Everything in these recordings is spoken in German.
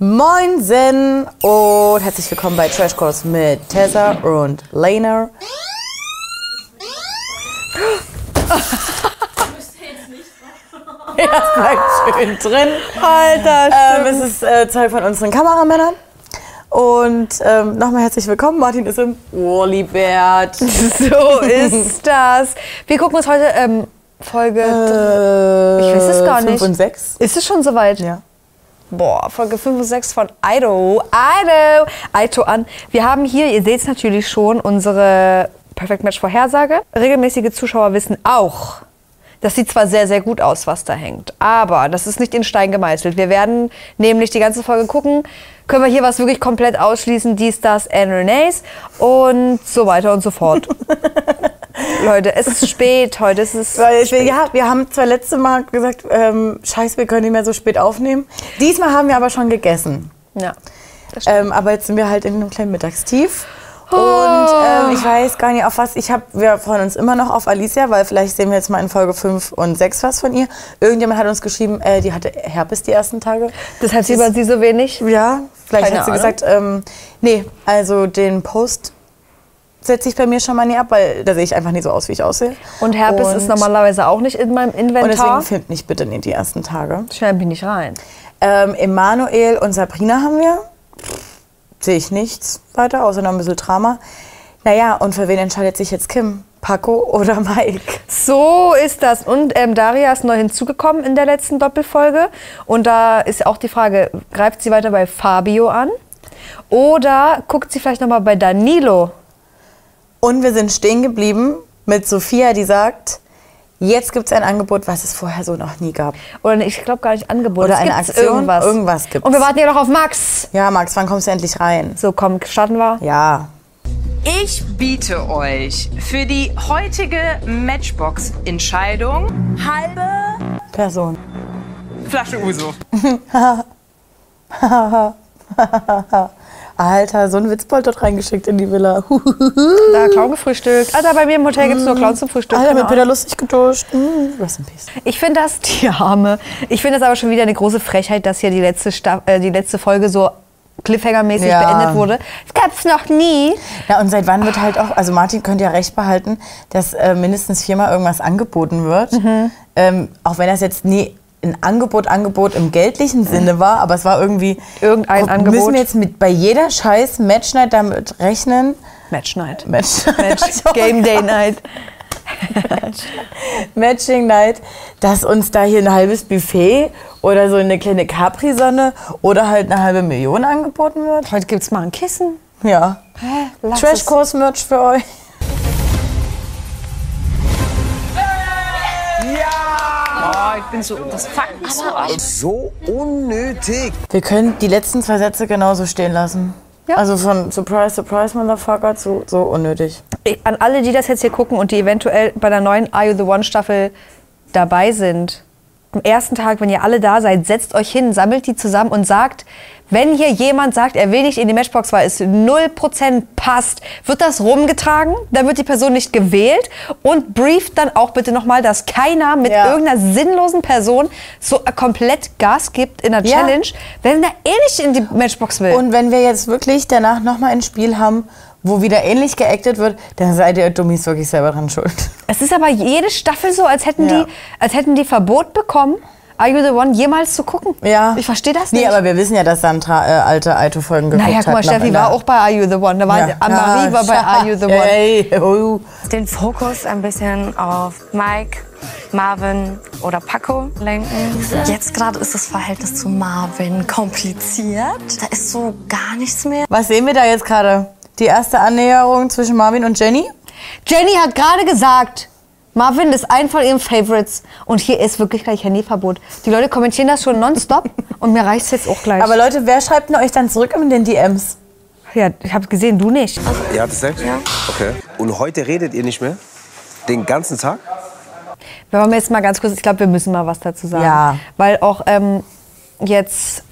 Moinsen und herzlich willkommen bei Trash Course mit Tessa und Lena. Ja, bleibt schön drin. Alter, Ähm, es ist äh, zwei von unseren Kameramännern. Und ähm, nochmal herzlich willkommen. Martin ist im Wallibert. so ist das. Wir gucken uns heute ähm, Folge. Ich weiß es gar Äh, Fünf nicht. und sechs. ist es schon soweit? Ja. Boah, Folge 5 und 6 von Ido. Ido. Aito an. Wir haben hier, ihr seht es natürlich schon, unsere Perfect Match Vorhersage. Regelmäßige Zuschauer wissen auch, das sieht zwar sehr, sehr gut aus, was da hängt, aber das ist nicht in Stein gemeißelt. Wir werden nämlich die ganze Folge gucken, können wir hier was wirklich komplett ausschließen, dies, das, and Renee's und so weiter und so fort. Leute, es ist spät, heute ist es... Weil wir, ja, wir haben zwar letzte Mal gesagt, ähm, scheiße, wir können nicht mehr so spät aufnehmen. Diesmal haben wir aber schon gegessen. Ja. Ähm, aber jetzt sind wir halt in einem kleinen Mittagstief. Oh. Und ähm, ich weiß gar nicht, auf was. Ich hab, wir freuen uns immer noch auf Alicia, weil vielleicht sehen wir jetzt mal in Folge 5 und 6 was von ihr. Irgendjemand hat uns geschrieben, äh, die hatte Herpes die ersten Tage. Deshalb sieht man sie so wenig. Ja, vielleicht Keine hat sie Ahnung. gesagt, ähm, nee, also den Post setze ich bei mir schon mal nie ab, weil da sehe ich einfach nicht so aus, wie ich aussehe. Und Herpes Und- ist normalerweise auch nicht in meinem Und Inventar. deswegen filmt mich bitte nicht die ersten Tage. Schnell bin ich rein. Ähm, Emanuel und Sabrina haben wir. Sehe ich nichts weiter, außer noch ein bisschen Drama. Naja, und für wen entscheidet sich jetzt Kim? Paco oder Mike? So ist das. Und ähm, Daria ist neu hinzugekommen in der letzten Doppelfolge. Und da ist auch die Frage, greift sie weiter bei Fabio an? Oder guckt sie vielleicht nochmal bei Danilo? Und wir sind stehen geblieben mit Sophia, die sagt, jetzt gibt es ein Angebot, was es vorher so noch nie gab. Oder ich glaube gar nicht Angebot. Oder Es eine gibt's Aktion. Irgendwas. Irgendwas gibt's. Und wir warten ja noch auf Max. Ja, Max, wann kommst du endlich rein? So, komm, starten wir. Ja, Ich biete euch für die heutige Matchbox-Entscheidung halbe Person. Flasche Uso. Alter, so ein Witzbold dort reingeschickt in die Villa. Da, Clown gefrühstückt. Alter, bei mir im Hotel gibt es nur Clown zum Frühstück. Genau. Alter, Keine Ah, mit Peter lustig geduscht. Mm, rest in peace. Ich finde das, die Arme, ich finde das aber schon wieder eine große Frechheit, dass hier die letzte, Sta äh, die letzte Folge so Cliffhanger-mäßig Ja. beendet wurde. Das gab's noch nie. Ja, und seit wann wird halt auch, also Martin könnte ja recht behalten, dass äh, mindestens viermal irgendwas angeboten wird. Mhm. Ähm, auch wenn das jetzt nie ein Angebot, Angebot im geldlichen Sinne war, aber es war irgendwie. Irgendein Guck, Müssen Angebot. wir jetzt mit, bei jeder scheiß Matchnight damit rechnen? Also, Match Night. Also Match, Match Game Day Night. Matching Night, dass uns da hier ein halbes Buffet oder so eine kleine Capri-Sonne oder halt eine halbe Million angeboten wird. Heute gibt's mal ein Kissen. Ja. Lass es. Trash-Course-Merch für euch. Oh, ich bin so, das fuckt mich so ab. So unnötig. Wir können die letzten zwei Sätze genauso stehen lassen. Ja. Also von Surprise, Surprise, Motherfucker zu so unnötig. Ich- An alle, die das jetzt hier gucken und die eventuell bei der neuen Are You the One Staffel dabei sind. Am ersten Tag, wenn ihr alle da seid, setzt euch hin, sammelt die zusammen und sagt, wenn hier jemand sagt, er will nicht in die Matchbox, weil es 0% passt, wird das rumgetragen, dann wird die Person nicht gewählt und brieft dann auch bitte nochmal, dass keiner mit Ja. irgendeiner sinnlosen Person so komplett Gas gibt in der Ja. Challenge, wenn er eh nicht in die Matchbox will. Und wenn wir jetzt wirklich danach nochmal ein Spiel haben, wo wieder ähnlich geactet wird, dann seid ihr Dummies wirklich selber dran schuld. Es ist aber jede Staffel so, als hätten, Ja. die, als hätten die Verbot bekommen, Are You the One jemals zu gucken. Ja. Ich verstehe das Nee, nicht. aber wir wissen ja, dass Sandra äh, alte, alte Folgen geguckt naja, hat. guck mal, noch Steffi in der- war auch bei Are You the One. Da war Ja. Anne-Marie Ja, war bei Are You the One. Ey, oh. den Fokus ein bisschen auf Mike, Marvin oder Paco lenken. Jetzt gerade ist das Verhältnis zu Marvin kompliziert. Da ist so gar nichts mehr. Was sehen wir da jetzt gerade? Die erste Annäherung zwischen Marvin und Jenny? Jenny hat gerade gesagt, Marvin ist ein von ihren Favorites. Und hier ist wirklich gleich Handyverbot. Die Leute kommentieren das schon nonstop und mir reicht es jetzt auch gleich. Aber Leute, wer schreibt denn euch dann zurück in den DMs? ja, ich habe gesehen, du nicht. Ihr habt es selbst? Ja. Okay. Und heute redet ihr nicht mehr? Den ganzen Tag? Wenn wir jetzt mal ganz kurz, ich glaube, wir müssen mal was dazu sagen. Ja. Weil auch ähm, jetzt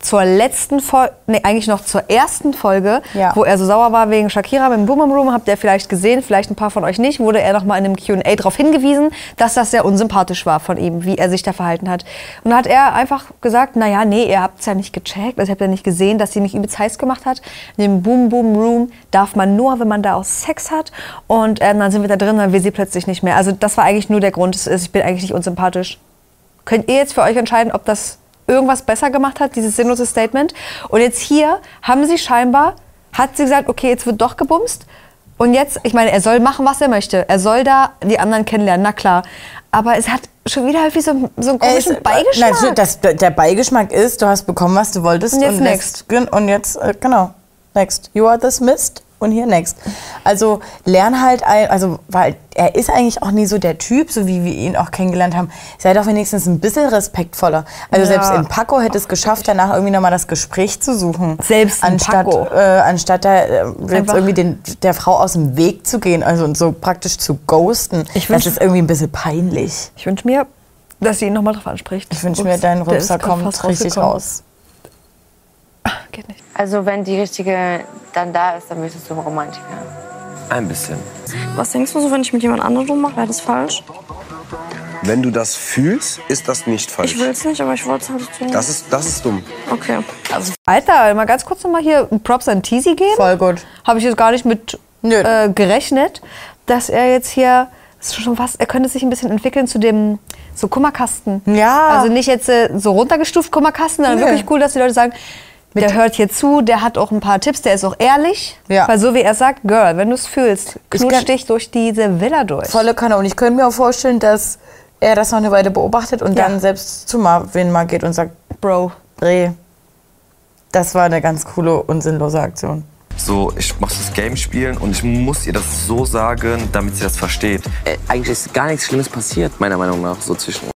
zur letzten Folge, nee, eigentlich noch zur ersten Folge, Ja. wo er so sauer war wegen Shakira mit dem Boom Boom Room, habt ihr vielleicht gesehen, vielleicht ein paar von euch nicht, wurde er nochmal in einem Q&A darauf hingewiesen, dass das sehr unsympathisch war von ihm, wie er sich da verhalten hat. Und da hat er einfach gesagt, naja, nee, ihr habt's ja nicht gecheckt, also ihr habt ja nicht gesehen, dass sie mich übelst heiß gemacht hat. In dem Boom Boom Room darf man nur, wenn man da auch Sex hat und ähm, dann sind wir da drin, dann will sie plötzlich nicht mehr. Also das war eigentlich nur der Grund, es ist, ich bin eigentlich nicht unsympathisch könnt ihr jetzt für euch entscheiden, ob das irgendwas besser gemacht hat, dieses sinnlose Statement. Und jetzt hier haben sie scheinbar, hat sie gesagt, okay, jetzt wird doch gebumst. Und jetzt, ich meine, er soll machen, was er möchte. Er soll da die anderen kennenlernen, na klar. Aber es hat schon wieder irgendwie so, einen- so einen Er komischen ist- Beigeschmack. Nein, das, der Beigeschmack ist, du hast bekommen, was du wolltest. Und jetzt lässt- gen- Und jetzt, äh, genau, next. You are dismissed und hier next. Also lern halt, ein, also weil er ist eigentlich auch nie so der Typ, so wie wir ihn auch kennengelernt haben. Sei doch wenigstens ein bisschen respektvoller. Also Ja. selbst in Paco hätte es geschafft, danach irgendwie nochmal das Gespräch zu suchen. Selbst in anstatt, Paco. Äh, anstatt da äh, jetzt Einfach- irgendwie den, der Frau aus dem Weg zu gehen, also und so praktisch zu ghosten. Ich das wünsch- ist irgendwie ein bisschen peinlich. ich wünsche mir, dass sie ihn nochmal drauf anspricht. Ich wünsche mir, Ups, dein der ist Rülpser grad kommt fast richtig rausgekommen. raus. Geht nicht. Also wenn die richtige dann da ist, dann bist du zum Romantiker. Ein bisschen. Was denkst du so, wenn ich mit jemand anderem rummache? Wäre das falsch? Wenn du das fühlst, ist das nicht falsch. Ich will es nicht, aber ich wollte es halt so. Das ist, das ist dumm. okay. Also, Alter, mal ganz kurz nochmal hier einen Props an Teasy geben. Voll gut. Habe ich jetzt gar nicht mit Nö. äh, gerechnet, dass er jetzt hier das ist schon was, er könnte sich ein bisschen entwickeln zu dem so Kummerkasten. Ja. Also nicht jetzt äh, so runtergestuft Kummerkasten, sondern Nö. wirklich cool, dass die Leute sagen, der hört hier zu, der hat auch ein paar Tipps, der ist auch ehrlich. Ja. Weil so wie er sagt, Girl, wenn du es fühlst, knutsch kann- dich durch diese Villa durch. Volle Kanne. Und ich könnte mir auch vorstellen, dass er das noch eine Weile beobachtet und Ja. dann selbst zu Marvin mal geht und sagt, Bro. Dreh, das war eine ganz coole und sinnlose Aktion. So, ich muss das Game spielen und ich muss ihr das so sagen, damit sie das versteht. Äh, eigentlich ist gar nichts Schlimmes passiert, meiner Meinung nach, so zwischen uns.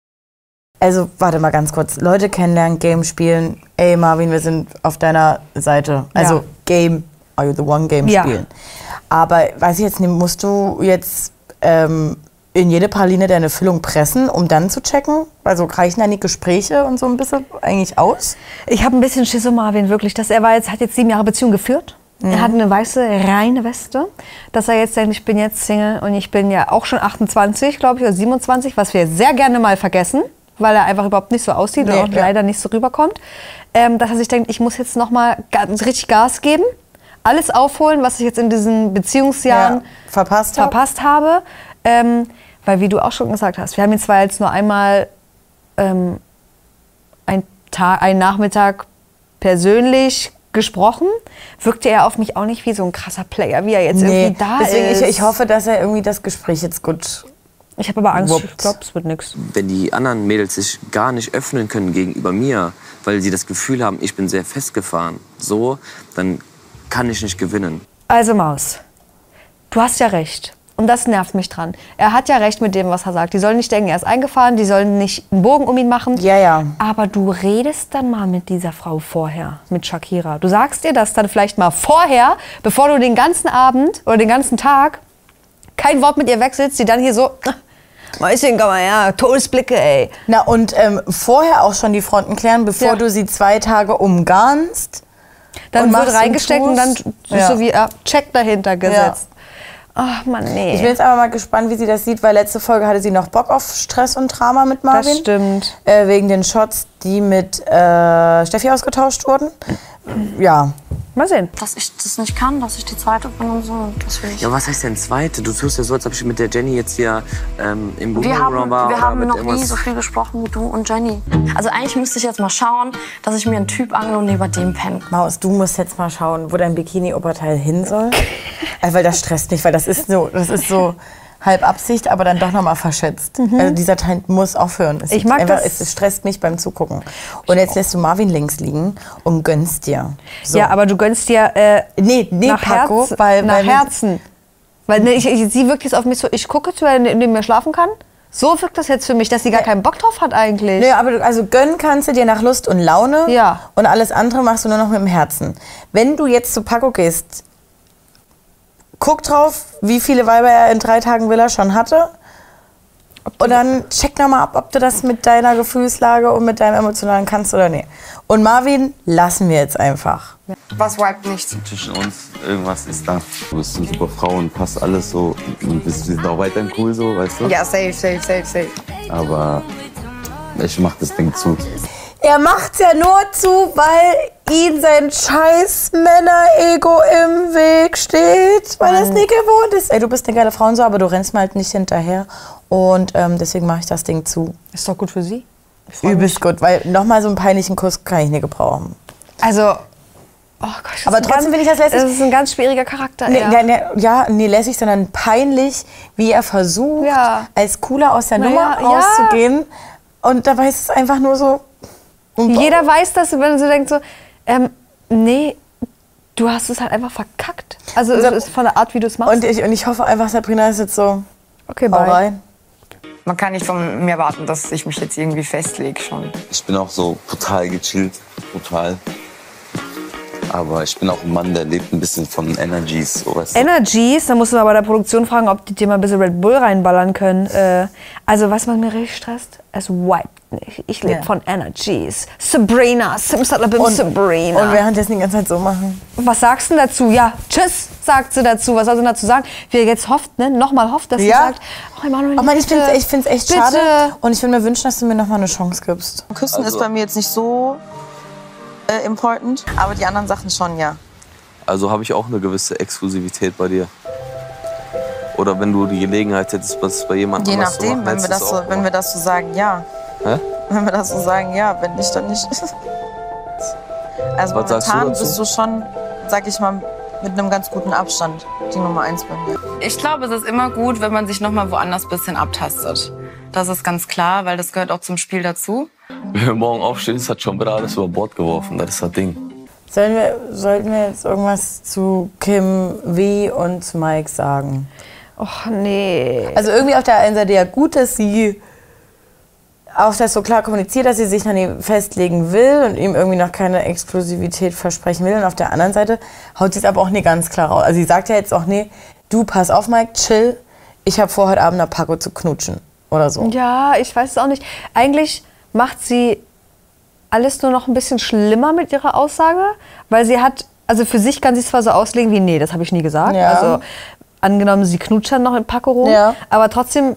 Also, warte mal ganz kurz. Leute kennenlernen, Game spielen. Ey, Marvin, wir sind auf deiner Seite. Also, Ja. Game, are you the one Game Ja. spielen. Aber, weiß ich jetzt nicht, musst du jetzt ähm, in jede Praline deine Füllung pressen, um dann zu checken? Also, reichen dann die Gespräche und so ein bisschen eigentlich aus? Ich habe ein bisschen Schiss um Marvin, wirklich. Dass er war jetzt, hat jetzt sieben Jahre Beziehung geführt. Er hat eine weiße, reine Weste. Dass er jetzt denkt, ich bin jetzt Single und ich bin ja auch schon 28, glaube ich, oder 27, was wir sehr gerne mal vergessen, weil er einfach überhaupt nicht so aussieht Nee, und auch ja. leider nicht so rüberkommt. Ähm, dass er sich denkt, ich muss jetzt nochmal richtig Gas geben, alles aufholen, was ich jetzt in diesen Beziehungsjahren verpasst hab. verpasst habe. Ähm, weil, wie du auch schon gesagt hast, wir haben ihn zwar jetzt nur einmal ähm, ein Tag, einen Nachmittag persönlich gesprochen, wirkte er auf mich auch nicht wie so ein krasser Player, wie er jetzt irgendwie da deswegen ist. Ich, ich hoffe, dass er irgendwie das Gespräch jetzt gut. Ich habe aber Angst, ich Wuppt. glaube, es wird nichts. Wenn die anderen Mädels sich gar nicht öffnen können gegenüber mir, weil sie das Gefühl haben, ich bin sehr festgefahren, so, dann kann ich nicht gewinnen. Also Maus, du hast ja recht. Und das nervt mich dran. Er hat ja recht mit dem, was er sagt. Die sollen nicht denken, er ist eingefahren, die sollen nicht einen Bogen um ihn machen. Ja, ja. Aber du redest dann mal mit dieser Frau vorher, mit Shakira. Du sagst ihr das dann vielleicht mal vorher, bevor du den ganzen Abend oder den ganzen Tag kein Wort mit ihr wechselst, die dann hier so, Mäuschen, komm mal her, Todesblicke, ey. Na, und ähm, vorher auch schon die Fronten klären, bevor Ja. du sie zwei Tage umgarnst. Dann Und wird machst reingesteckt und und dann tust. ist Ja. so wie äh, Check dahinter gesetzt. Ach Mann, nee. Ich bin jetzt aber mal gespannt, wie sie das sieht, weil letzte Folge hatte sie noch Bock auf Stress und Drama mit Marvin. Das stimmt. Äh, wegen den Shots, die mit äh, Steffi ausgetauscht wurden. Ja, mal sehen. dass ich das nicht kann, dass ich die zweite bin und so, das will ich. Ja, was heißt denn zweite? Du tust ja so, als ob ich mit der Jenny jetzt hier ähm, im Boom Wir haben, Room war. wir oder haben mit noch nie irgendwas. so viel gesprochen wie du und Jenny. Also eigentlich müsste ich jetzt mal schauen, dass ich mir einen Typ angle und neben dem penne. Maus, du musst jetzt mal schauen, wo dein Bikini-Oberteil hin soll. Äh, weil das stresst mich, weil das ist so, das ist so halb Absicht, aber dann doch nochmal verschätzt. Also dieser Teil muss aufhören. Es Mhm. Ich ist mag einfach, das- Es stresst mich beim Zugucken. Und jetzt lässt du Marvin links liegen und gönnst dir. So. Ja, aber du gönnst dir äh, Nee, nee, nach, Paco, Herzen, weil- nach weil wir- Herzen. Weil ne, ich, ich, sie wirkt jetzt auf mich so, ich gucke zu, in dem mir schlafen kann. So wirkt das jetzt für mich, dass sie gar keinen Bock drauf hat eigentlich. Nö, aber du, also gönnen kannst du dir nach Lust und Laune. Ja. Und alles andere machst du nur noch mit dem Herzen. Wenn du jetzt zu Paco gehst, guck drauf, wie viele Weiber er in drei Tagen Villa schon hatte. Und dann check nochmal ab, ob du das mit deiner Gefühlslage und mit deinem Emotionalen kannst oder nee. Und Marvin lassen wir jetzt einfach. Was wiped nicht? Zwischen uns irgendwas ist da. Du bist eine super Frau und passt alles so. Und bist- wir sind auch weiterhin cool so, weißt du? Ja, safe, safe, safe, safe. Aber ich mach das Ding zu. Er macht's ja nur zu, weil ihm sein scheiß Männer-Ego im Weg steht, weil er es nie gewohnt ist. Ey, du bist eine geile Frau und so, aber du rennst mir halt nicht hinterher. Und ähm, deswegen mache ich das Ding zu. Ist doch gut für sie. Übelst gut, weil nochmal so einen peinlichen Kuss kann ich nie gebrauchen. Also, oh Gott. das Aber ist ein trotzdem ganz- finde ich das lässig. Das ist ein ganz schwieriger Charakter. Nee, ja. ja. Nee, ja, nee, lässig, sondern peinlich, wie er versucht, Ja. als Cooler aus der Na Nummer ja, ja. rauszugehen. Und dabei ist es einfach nur so. Und Jeder weiß das, wenn sie denkt so, ähm, nee, du hast es halt einfach verkackt. Also es ist von der Art, wie du es machst. Und ich, und ich hoffe einfach, Sabrina ist jetzt so. okay, Hau rein. Man kann nicht von mir erwarten, dass ich mich jetzt irgendwie festlege schon. Ich bin auch so brutal gechillt, brutal. Aber ich bin auch ein Mann, der lebt ein bisschen von Energies, so weißt du? Energies, da musst du mal bei der Produktion fragen, ob die dir mal ein bisschen Red Bull reinballern können. Äh, also was man mir richtig stresst, es wiped nicht. Ich lebe Ja. von Energies. Sabrina, Simsalabim Sabrina. Und währenddessen die ganze Zeit so machen. was sagst du denn dazu? Ja, tschüss, sagt sie dazu. Was soll sie dazu sagen? Wie er jetzt hofft, ne? nochmal hofft, dass sie Ja. sagt, oh Emanuel, Oh Mann, ich bitte, finde es ich find's echt bitte. schade. Und ich würde mir wünschen, dass du mir nochmal eine Chance gibst. Küssen Also- ist bei mir jetzt nicht so äh, important, aber die anderen Sachen schon, ja. Also habe ich auch eine gewisse Exklusivität bei dir. Oder wenn du die Gelegenheit hättest, was bei jemandem Je nachdem, wenn wir, das so, wenn wir das so sagen, ja. Hä? Wenn wir das so sagen, ja, wenn nicht, dann nicht. Also Was sagst du momentan dazu? bist du schon, sag ich mal, mit einem ganz guten Abstand die Nummer eins bei mir. Ich glaube, es ist immer gut, wenn man sich noch mal woanders ein bisschen abtastet. Das ist ganz klar, weil das gehört auch zum Spiel dazu. Wenn wir morgen aufstehen, ist hat schon wieder alles über Bord geworfen. Das ist das Ding. Sollen wir, sollten wir jetzt irgendwas zu Kim W. und zu Mike sagen? Och nee. Also irgendwie auf der einen Seite ja gut, dass sie auch das so klar kommuniziert, dass sie sich noch nie festlegen will und ihm irgendwie noch keine Exklusivität versprechen will. Und auf der anderen Seite haut sie es aber auch nie ganz klar raus. Also sie sagt ja jetzt auch, nee, du pass auf, Mike, chill. Ich habe vor, heute Abend nach Paco zu knutschen. Oder so. Ja, ich weiß es auch nicht. Eigentlich macht sie alles nur noch ein bisschen schlimmer mit ihrer Aussage, weil sie hat, also für sich kann sie es zwar so auslegen wie, nee, das habe ich nie gesagt. Ja. Also angenommen, sie knutscht dann noch in Paco rum, Ja. aber trotzdem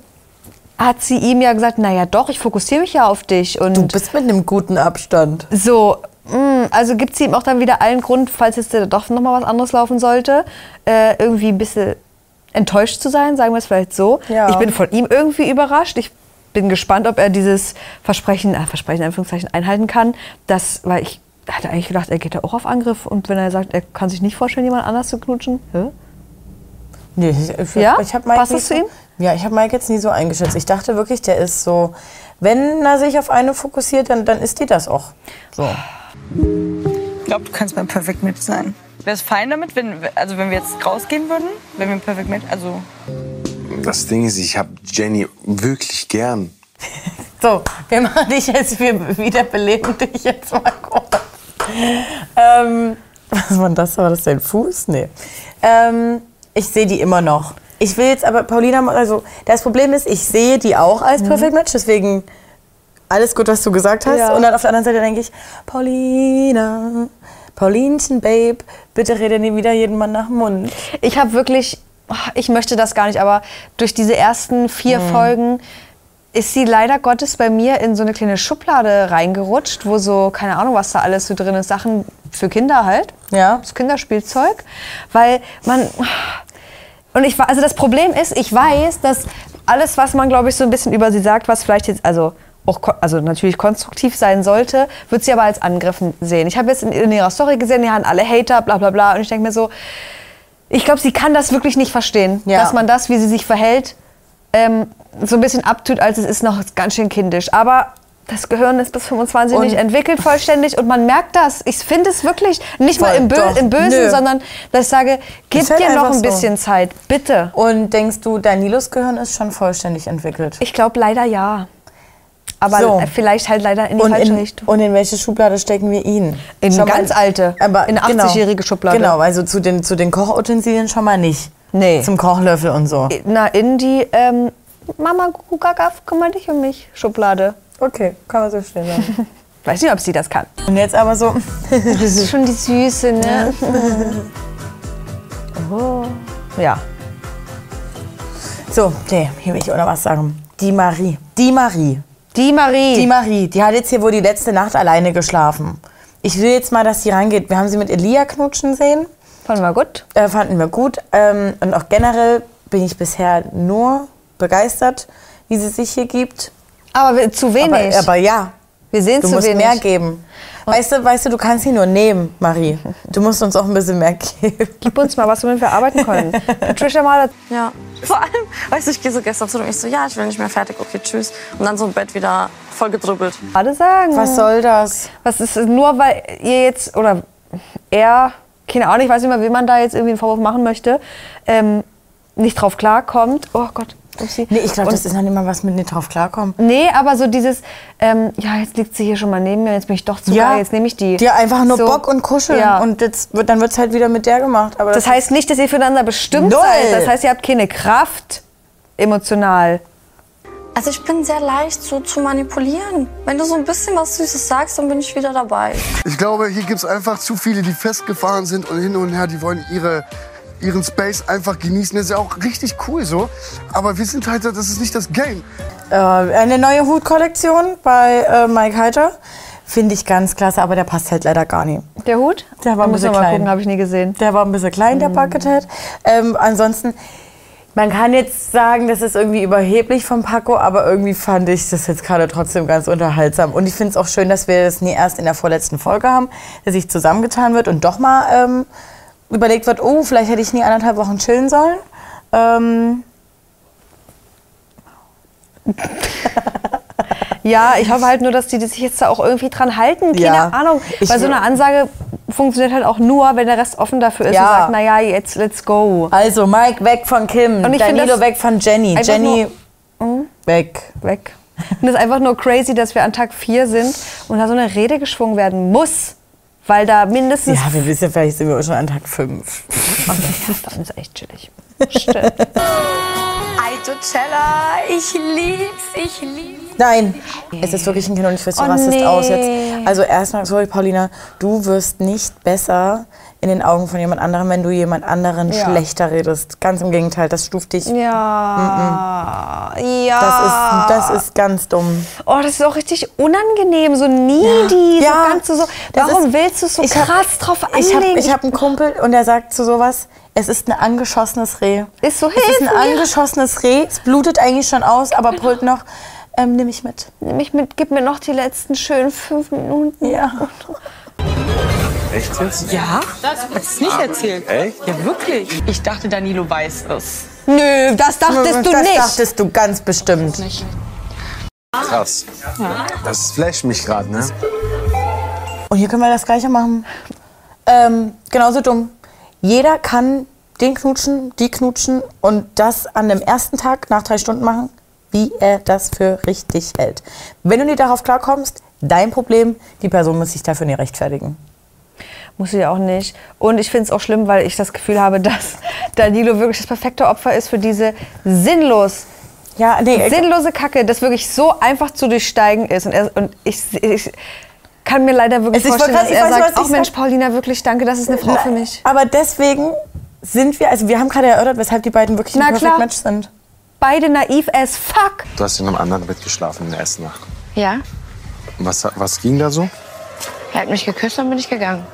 hat sie ihm ja gesagt, naja doch, ich fokussiere mich ja auf dich und Du bist mit einem guten Abstand. so. mm, Also gibt sie ihm auch dann wieder allen Grund, falls jetzt doch noch mal was anderes laufen sollte, äh, irgendwie ein bisschen enttäuscht zu sein, sagen wir es vielleicht so. Ja. Ich bin von ihm irgendwie überrascht. Ich bin gespannt, ob er dieses Versprechen, äh, Versprechen in Anführungszeichen, einhalten kann. Das, weil ich hatte eigentlich gedacht, er geht da auch auf Angriff. Und wenn er sagt, er kann sich nicht vorstellen, jemand anders zu knutschen, hä? Nee, ich, ich, Ja? ich habe Mike Passt nie das so- zu ihm? Ja, ich habe Mike jetzt nie so eingeschätzt. Ich dachte wirklich, der ist so, wenn er sich auf eine fokussiert, dann, dann ist die das auch. So. Ich glaube, du kannst mein Perfect Match sein. Wäre es fein damit, wenn, also wenn wir jetzt rausgehen würden? Wenn wir ein Perfect Match, also... Das Ding ist, ich habe Jenny wirklich gern. So, wir machen dich jetzt, wir wiederbeleben dich jetzt mal kurz. Ähm, was war das? War das dein Fuß? Nee. Ähm, ich sehe die immer noch. Ich will jetzt aber, Paulina, also das Problem ist, ich sehe die auch als Perfect Match, deswegen alles gut, was du gesagt hast. Ja. Und dann auf der anderen Seite denke ich, Paulina, Paulinchen, Babe, bitte rede nie wieder jeden Mann nach dem Mund. ich habe wirklich, ich möchte das gar nicht, aber durch diese ersten vier Folgen ist sie leider Gottes bei mir in so eine kleine Schublade reingerutscht, wo so, keine Ahnung, was da alles so drin ist, Sachen für Kinder halt. Ja. Das Kinderspielzeug. Weil man. Und ich war, also das Problem ist, ich weiß, dass alles, was man, glaube ich, so ein bisschen über sie sagt, was vielleicht jetzt, also auch, ko- also natürlich konstruktiv sein sollte, wird sie aber als Angriffen sehen. Ich habe jetzt in, in ihrer Story gesehen, die haben alle Hater, bla bla bla. Und ich denke mir so, ich glaube, sie kann das wirklich nicht verstehen, Ja. dass man das, wie sie sich verhält, ähm, so ein bisschen abtut, als es ist noch ganz schön kindisch. Aber das Gehirn ist bis 25 Und- nicht entwickelt vollständig und man merkt das. Ich finde es wirklich nicht mal Voll, im, Bö doch. im Bösen, Nö. sondern dass ich sage, gib Ist halt dir noch einfach ein so. bisschen Zeit, bitte. Und denkst du, Danilos Gehirn ist schon vollständig entwickelt? Ich glaube leider ja. Aber So. vielleicht halt leider in die Und falsche in, Richtung. und in welche Schublade stecken wir ihn? In Schon ganz alte. In eine 80-jährige Schublade. Genau, also zu den, zu den Kochutensilien schon mal nicht. Nee. Zum Kochlöffel und so. Na, in die ähm, Mama, Gugu, Gaga, kümmere dich um mich. Schublade. Okay, kann man so stehen lassen. Weiß nicht, ob sie das kann. Und jetzt aber so. Das ist schon die Süße, ne? oh. Ja. So, nee, hier will ich auch noch was sagen. Die Marie. Die Marie. Die Marie. Die Marie, die hat jetzt hier wohl die letzte Nacht alleine geschlafen. Ich will jetzt mal, dass sie rangeht. Wir haben sie mit Elia knutschen sehen. Fanden wir gut. Äh, fanden wir gut. Ähm, und auch generell bin ich bisher nur begeistert, wie sie sich hier gibt. Aber wir- zu wenig. Aber, aber ja. wir sehen Du zu musst wenig. mehr geben. Weißt du, weißt du, du kannst sie nur nehmen, Marie. Du musst uns auch ein bisschen mehr geben. Gib uns mal was, womit wir arbeiten können. Patricia mal. Ja. Vor allem, weißt du, ich gehe so gestern zu dem, ich so, ja, ich will nicht mehr fertig, okay, tschüss. Und dann so im Bett wieder voll gedribbelt. Gerade sagen. Was soll das? Was ist nur, weil ihr jetzt oder er, keine Ahnung, ich weiß nicht mal, wie man da jetzt irgendwie einen Vorwurf machen möchte, ähm, nicht drauf klarkommt. Oh Gott. Upsi. Nee, ich glaube, Und- das ist noch nicht mal was mit nicht drauf klarkommen. Nee, aber so dieses, ähm, ja, jetzt liegt sie hier schon mal neben mir, jetzt bin ich doch zu Ja. geil, jetzt nehme ich die. Die einfach nur So. Bock und kuscheln. Ja. Und jetzt wird, dann wird es halt wieder mit der gemacht. Aber das heißt nicht, dass ihr füreinander bestimmt Null. seid. Das heißt, ihr habt keine Kraft emotional. Also ich bin sehr leicht so zu manipulieren. Wenn du so ein bisschen was Süßes sagst, dann bin ich wieder dabei. Ich glaube, hier gibt es einfach zu viele, die festgefahren sind und hin und her, die wollen ihre, ihren Space einfach genießen. Das ist ja auch richtig cool so. Aber wir sind halt, das ist nicht das Game. Äh, eine neue Hutkollektion bei äh, Mike Heiter. Finde ich ganz klasse, aber der passt halt leider gar nicht. Der Hut? Der war ein Muss bisschen man mal klein. gucken, habe ich nie gesehen. Der war ein bisschen klein, Mhm. der Buckethead. Ähm, ansonsten, man kann jetzt sagen, das ist irgendwie überheblich von Paco, aber irgendwie fand ich das jetzt gerade trotzdem ganz unterhaltsam. Und ich finde es auch schön, dass wir das nie erst in der vorletzten Folge haben, dass sich zusammengetan wird und doch mal ähm, überlegt wird, oh, vielleicht hätte ich nie anderthalb Wochen chillen sollen. Ähm, Ja, ich hoffe halt nur, dass die sich jetzt da auch irgendwie dran halten. Keine Ja. Ahnung. Ich Weil so eine wür- Ansage funktioniert halt auch nur, wenn der Rest offen dafür ist Ja. und sagt, naja, jetzt let's go. also Mike weg von Kim, Und ich find Danilo das weg von Jenny, einfach Jenny nur- Mhm. weg. Weg. Ich finde es einfach nur crazy, dass wir an Tag 4 sind und da so eine Rede geschwungen werden muss, weil da mindestens... Ja, wir wissen, vielleicht sind wir auch schon an Tag 5. dann ist echt chillig. Stimmt. Aito Cella, ich lieb's, ich lieb's. Nein, es ist wirklich ein Kind und ich weiß, du Oh, rastest nee. aus jetzt. Also erstmal, sorry Paulina, du wirst nicht besser in den Augen von jemand anderem, wenn du jemand anderen Ja. schlechter redest. Ganz im Gegenteil, das stuft dich. Ja. Ja. Ja. Das ist, das ist ganz dumm. Oh, das ist auch richtig unangenehm, so needy, Ja. so ganz so. so Das warum ist- willst du es so ich hab- krass drauf Ich anlegen? habe ich hab einen Kumpel und der sagt zu sowas, es ist ein angeschossenes Reh. Ist so, es ist ein hilf mir. angeschossenes Reh, es blutet eigentlich schon aus, aber brüllt noch, ähm, nimm mich mit. Nimm mich mit, gib mir noch die letzten schönen fünf Minuten. Ja. Echt jetzt? Ja? Das ist nicht erzählt. Echt? Ja, wirklich. Ich dachte, Danilo weiß es. Nö, das dachtest du das nicht. dachtest du ganz bestimmt. Krass. Das flasht mich gerade, ne? Und hier können wir das Gleiche machen. Ähm, genauso dumm. Jeder kann den knutschen, die knutschen und das an dem ersten Tag nach drei Stunden machen, wie er das für richtig hält. Wenn du nicht darauf klarkommst, dein Problem, die Person muss sich dafür nicht rechtfertigen. Muss ich auch nicht. Und ich finde es auch schlimm, weil ich das Gefühl habe, dass Danilo wirklich das perfekte Opfer ist für diese sinnlos, Ja, nee, ich- sinnlose Kacke, das wirklich so einfach zu durchsteigen ist. Und, er, und ich, ich kann mir leider wirklich Es ist voll vorstellen, dass krass, ich er weiß, sagt, was ach ich Mensch, sag- Paulina, wirklich danke, das ist eine Frau für mich. Aber deswegen sind wir, also wir haben gerade erörtert, weshalb die beiden wirklich Na ein klar. Perfect Match sind. Beide naiv as fuck. Du hast in einem anderen Bett geschlafen in der ersten Nacht. Ja, Was, was ging da so? er hat mich geküsst, dann bin ich gegangen.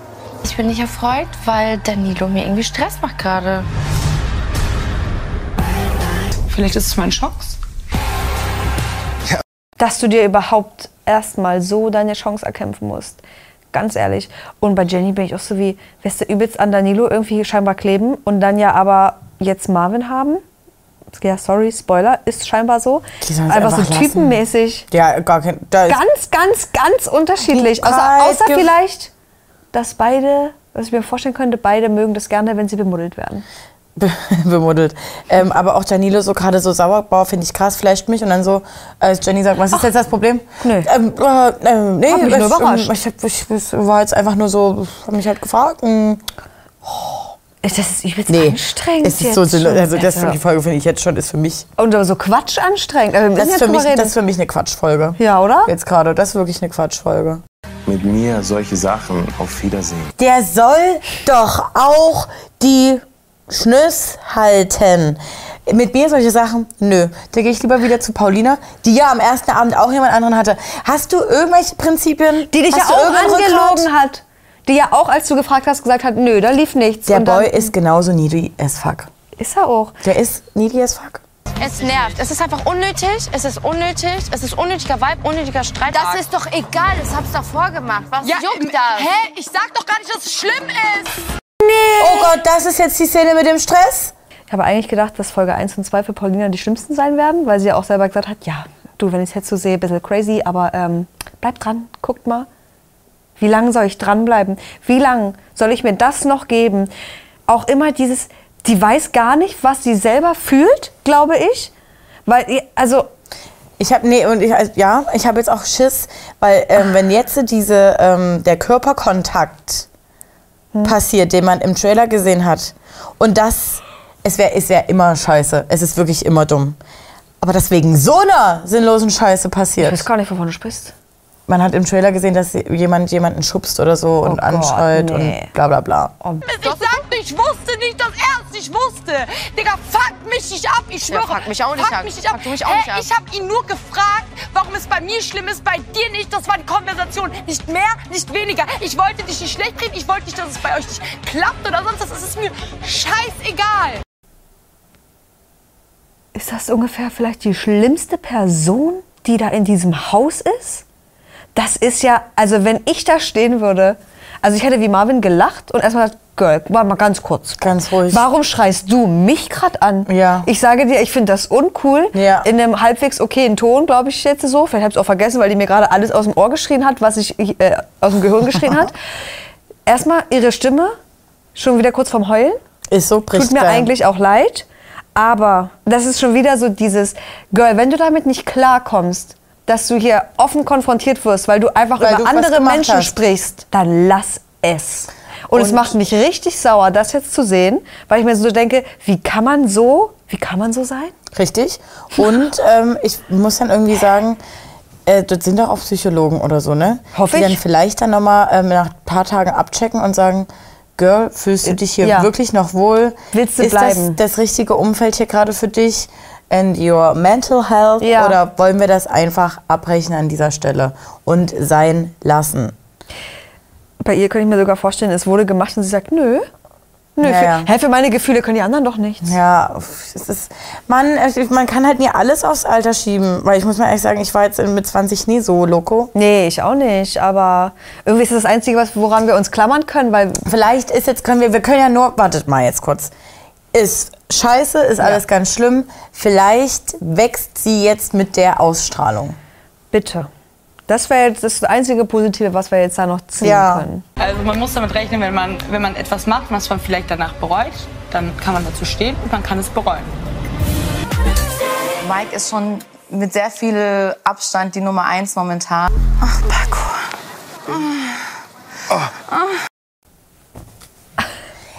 Ich bin nicht erfreut, weil Danilo mir irgendwie Stress macht gerade. Vielleicht ist es mein Schock. dass du dir überhaupt erstmal so deine Chance erkämpfen musst. Ganz ehrlich. Und bei Jenny bin ich auch so wie, wirst du übelst an Danilo irgendwie scheinbar kleben und dann ja aber jetzt Marvin haben? Ja, sorry, Spoiler, ist scheinbar so. Die sollen's Einfach, einfach so lassen. typenmäßig. Ja, gar kein. Da ist, Ganz, ganz, ganz unterschiedlich. Die Außer, Kalt- außer ge- vielleicht, dass beide, was ich mir vorstellen könnte, beide mögen das gerne, wenn sie bemuddelt werden. be bemuddelt. Ähm, aber auch Danilo so gerade so Sauerbau finde ich krass, flasht mich. Und dann so, als Jenny sagt, was ist jetzt das Problem? Nö. Ähm, äh, äh, nee, Hab mich nur ich, ähm, überrascht. hm. Ich, hab, ich, ich war jetzt einfach nur so, hab mich halt gefragt. mm. Das ist übelst Nee, anstrengend. es ist jetzt so, sinnlos. schon, also das Alter. die Folge finde ich jetzt schon, ist für mich, Und aber so Quatsch anstrengend. Äh, wir das ist müssen jetzt für drüber mich, reden. das ist für mich eine Quatschfolge. Ja, oder? Jetzt gerade, das ist wirklich eine Quatschfolge. Mit mir solche Sachen auf Wiedersehen. Der soll doch auch die Schnüss halten. Mit mir solche Sachen? Nö. Da gehe ich lieber wieder zu Paulina, die ja am ersten Abend auch jemand anderen hatte. Hast du irgendwelche Prinzipien? die dich Hast du ja auch irgendeinen Rückgrat? angelogen hat. Die ja auch, als du gefragt hast, gesagt hat, nö, da lief nichts. Der Und dann- Boy ist genauso needy as fuck. Ist er auch. Der ist needy as fuck. Es nervt. Es ist einfach unnötig. Es ist unnötig. Es ist unnötiger Vibe, unnötiger Streit. Das ist doch egal. Das hab's davor gemacht. Was juckt das? Hä? Ich sag doch gar nicht, dass es schlimm ist. Oh Gott, das ist jetzt die Szene mit dem Stress? Ich habe eigentlich gedacht, dass Folge 1 und 2 für Paulina die schlimmsten sein werden, weil sie ja auch selber gesagt hat, ja, du, wenn ich es jetzt so sehe, ein bisschen crazy, aber ähm, bleibt dran, guckt mal. Wie lange soll ich dranbleiben? Wie lange soll ich mir das noch geben? Auch immer dieses, die weiß gar nicht, was sie selber fühlt, glaube ich. Weil, ihr- also, Ich habe nee und ich also, ja, ich habe jetzt auch Schiss, weil ähm, wenn jetzt diese ähm, der Körperkontakt Hm. passiert, den man im Trailer gesehen hat und das es wäre es wäre immer scheiße. Es ist wirklich immer dumm. Aber das wegen so einer sinnlosen Scheiße passiert. Ich weiß gar nicht, wovon du sprichst. Man hat im Trailer gesehen, dass jemand jemanden schubst oder so und anschreit Oh nee. Oh. und bla bla bla. Ich sagte, ich wusste nicht, dass er es nicht wusste. Digga, fuck mich nicht ab. Ich Ja, schwöre. fuck mich auch nicht fuck ab. Mich nicht ab. Fuck du mich auch Hä, nicht ab. Ich habe ihn nur gefragt, warum es bei mir schlimm ist, bei dir nicht. Das war die Konversation. Nicht mehr, nicht weniger. Ich wollte dich nicht schlecht reden. Ich wollte nicht, dass es bei euch nicht klappt oder sonst was. Es ist mir scheißegal. ist das ungefähr vielleicht die schlimmste Person, die da in diesem Haus ist? Das ist ja, also wenn ich da stehen würde, also ich hätte wie Marvin gelacht und erstmal gesagt, Girl, warte mal ganz kurz. Ganz ruhig. Warum schreist du mich gerade an? Ja. Ich sage dir, ich finde das uncool. Ja. In einem halbwegs okayen Ton, glaube ich jetzt so. Vielleicht habe ich es auch vergessen, weil die mir gerade alles aus dem Ohr geschrien hat, was ich äh, aus dem Gehirn geschrien hat. Erstmal ihre Stimme, schon wieder kurz vom Heulen. Ist so bricht Tut mir da. eigentlich auch leid, aber das ist schon wieder so dieses, Girl, wenn du damit nicht klarkommst, dass du hier offen konfrontiert wirst, weil du einfach Weil über du was andere gemacht Menschen hast. sprichst, dann lass es. Und, es Und- macht mich richtig sauer, das jetzt zu sehen, weil ich mir so denke, wie kann man so, wie kann man so sein? Richtig. Und ähm, ich muss dann irgendwie sagen, äh, das sind doch auch Psychologen oder so, ne? Hoffe Die ich. dann vielleicht dann nochmal ähm, nach ein paar Tagen abchecken und sagen, Girl, fühlst du dich hier Äh, Ja. wirklich noch wohl? Willst du Ist bleiben? das das richtige Umfeld hier gerade für dich? And your mental health? Ja. Oder wollen wir das einfach abbrechen an dieser Stelle und sein lassen? Bei ihr könnte ich mir sogar vorstellen, es wurde gemacht und sie sagt, nö. Nö, Ja, für, ja. Mhm. Hä, für meine Gefühle können die anderen doch nichts. Ja, pf, es ist, man, äh, man kann halt nie alles aufs Alter schieben, weil ich muss mal ehrlich sagen, ich war jetzt mit 20 nie so loco. Nee, ich auch nicht, aber irgendwie ist das das Einzige, was- woran wir uns klammern können, weil vielleicht ist jetzt können wir wir können ja nur wartet mal jetzt kurz. Ist scheiße, ist alles ganz schlimm. Vielleicht wächst sie jetzt mit der Ausstrahlung. Bitte. Das wäre jetzt das einzige Positive, was wir jetzt da noch ziehen können. Also man muss damit rechnen, wenn man, wenn man etwas macht, was man vielleicht danach bereut, dann kann man dazu stehen und man kann es bereuen. Mike ist schon mit sehr viel Abstand die Nummer eins momentan. Ach, Paco.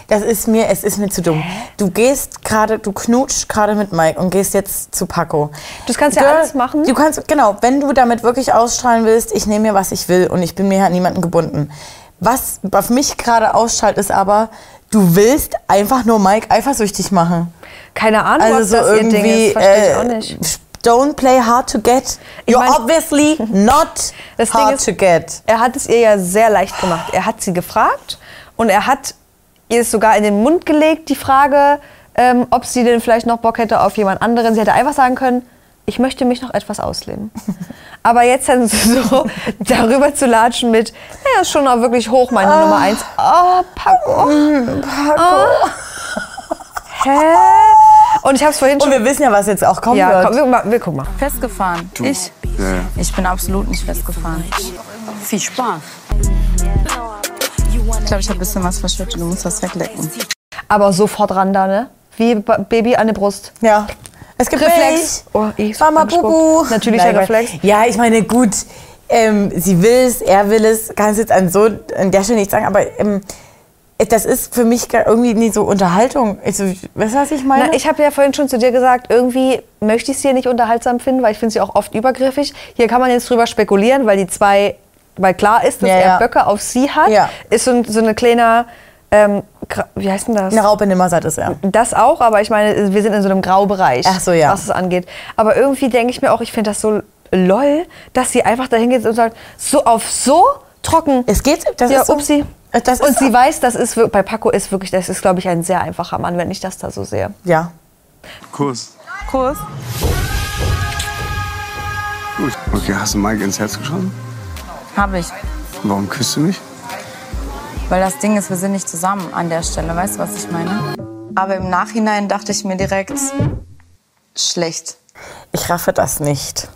Das ist mir, es ist mir zu dumm. Du gehst gerade, du knutschst gerade mit Mike und gehst jetzt zu Paco. Das kannst ja alles machen. Du kannst genau, wenn du damit wirklich ausstrahlen willst, ich nehme mir was ich will und ich bin mir an niemanden gebunden. Was auf mich gerade ausstrahlt, ist aber, du willst einfach nur Mike eifersüchtig machen. Keine Ahnung, ob also so das ihr Ding irgendwie, ist, verstehe ich auch äh, nicht. Don't play hard to get. You're mein- obviously not Das Ding hard ist- to get. Er hat es ihr ja sehr leicht gemacht. Er hat sie gefragt und er hat ihr es sogar in den Mund gelegt, die Frage, ähm, ob sie denn vielleicht noch Bock hätte auf jemand anderen. Sie hätte einfach sagen können, ich möchte mich noch etwas ausleben. Aber jetzt dann so darüber zu latschen mit, er ist schon auch wirklich hoch, meine Ah. Nummer eins. Oh, Paco. Oh, Paco. Hä? Und ich hab's vorhin schon. Und wir wissen ja, was jetzt auch kommen Ja, wird. komm, wir, ma- wir gucken mal. Festgefahren. Ich? Ich bin absolut nicht festgefahren. Viel Spaß. Ich glaube, ich habe ein bisschen was verschüttet. Du musst das weglecken. Aber sofort ran da, ne? Wie Ba- Baby an der Brust. Ja. Es gibt Reflex. Milch. Oh, ich Mama angespuckt. Bubu. Natürlicher Nein, Reflex. weil- Ja, ich meine, gut, ähm, sie will es, er will es. Kannst jetzt an so an der Stelle nicht sagen, aber ähm, das ist für mich gar- irgendwie nie so Unterhaltung. Ich, so, weißt du, was ich meine? Na, ich habe ja vorhin schon zu dir gesagt, irgendwie möchte ich es hier nicht unterhaltsam finden, weil ich finde sie auch oft übergriffig. Hier kann man jetzt drüber spekulieren, weil die zwei, weil klar ist, dass Ja, er ja. Böcke auf sie hat, ist so, ein- so eine kleine, ähm, gra- wie heißt denn das? Eine Raupe in der Masse ist er. Das auch, aber ich meine, wir sind in so einem Graubereich, Ach so, ja. was es angeht. Aber irgendwie denke ich mir auch, ich finde das so lol, dass sie einfach dahin geht und sagt, so auf so trocken. Es geht, das ja, ist so. upsi. und sie weiß, das ist wir- bei Paco ist wirklich, das ist glaube ich ein sehr einfacher Mann, wenn ich das da so sehe. Ja. Kuss. Kuss. Gut. Okay, hast du Mike ins Herz geschossen? Habe ich. Warum küsst du mich? Weil das Ding ist, wir sind nicht zusammen an der Stelle. Weißt du, was ich meine? Aber im Nachhinein dachte ich mir direkt, schlecht. Ich raffe das nicht.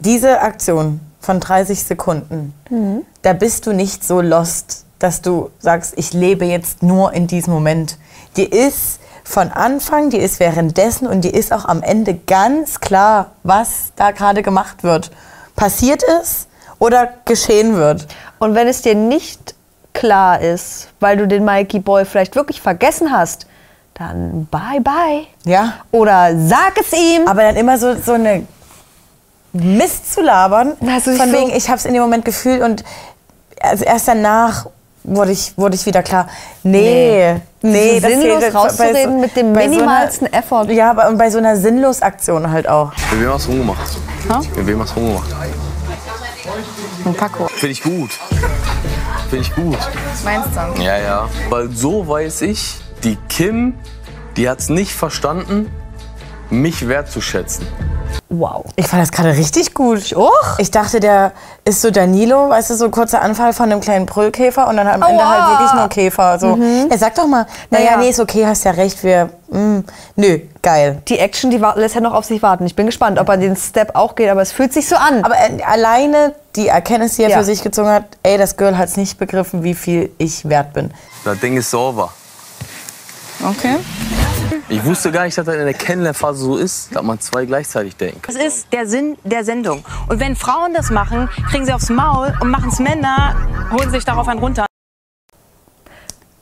Diese Aktion von 30 Sekunden, Mhm. da bist du nicht so lost, dass du sagst, ich lebe jetzt nur in diesem Moment. Die ist von Anfang, die ist währenddessen und die ist auch am Ende ganz klar, was da gerade gemacht wird. Passiert ist oder geschehen wird. Und wenn es dir nicht klar ist, weil du den Mikey Boy vielleicht wirklich vergessen hast, dann bye bye. Ja. Ah, Oder sag es ihm. Aber dann immer so, so eine Mist zu labern. Also ich von so- wegen, ich habe es in dem Moment gefühlt und also erst danach wurde ich, wurde ich wieder klar. Nee, Nee. nee, Es ist sinnlos, rauszureden mit dem minimalsten Effort. Ja, aber und bei so einer sinnlos Aktion halt auch. Mit wem hast du rumgemacht? Mit wem hast du rumgemacht? Mit Paco. Finde ich gut. Finde ich gut. Meinst du? Ja, ja. Weil so weiß ich, die Kim, die hat's nicht verstanden, mich wertzuschätzen. Wow. Ich fand das gerade richtig gut. Ich auch. Ich dachte, der ist so Danilo, weißt du, so kurzer Anfall von einem kleinen Brüllkäfer und dann am Ende Aua. halt wirklich nur Käfer. So. Mhm. Er sagt doch mal, naja, Naja. nee, ist okay, hast ja recht, wir, mm, nö, geil. Die Action, die wa- lässt ja noch auf sich warten. Ich bin gespannt, ob er den Step auch geht, aber es fühlt sich so an. Aber äh, alleine die Erkenntnis, die er Ja. für sich gezogen hat, ey, das Girl hat's nicht begriffen, wie viel ich wert bin. Das Ding ist sauber. Okay. Ich wusste gar nicht, dass das in der Kennenlernphase so ist, dass man zwei gleichzeitig denkt. Das ist der Sinn der Sendung. Und wenn Frauen das machen, kriegen sie aufs Maul und machen es Männer, holen sich darauf einen runter.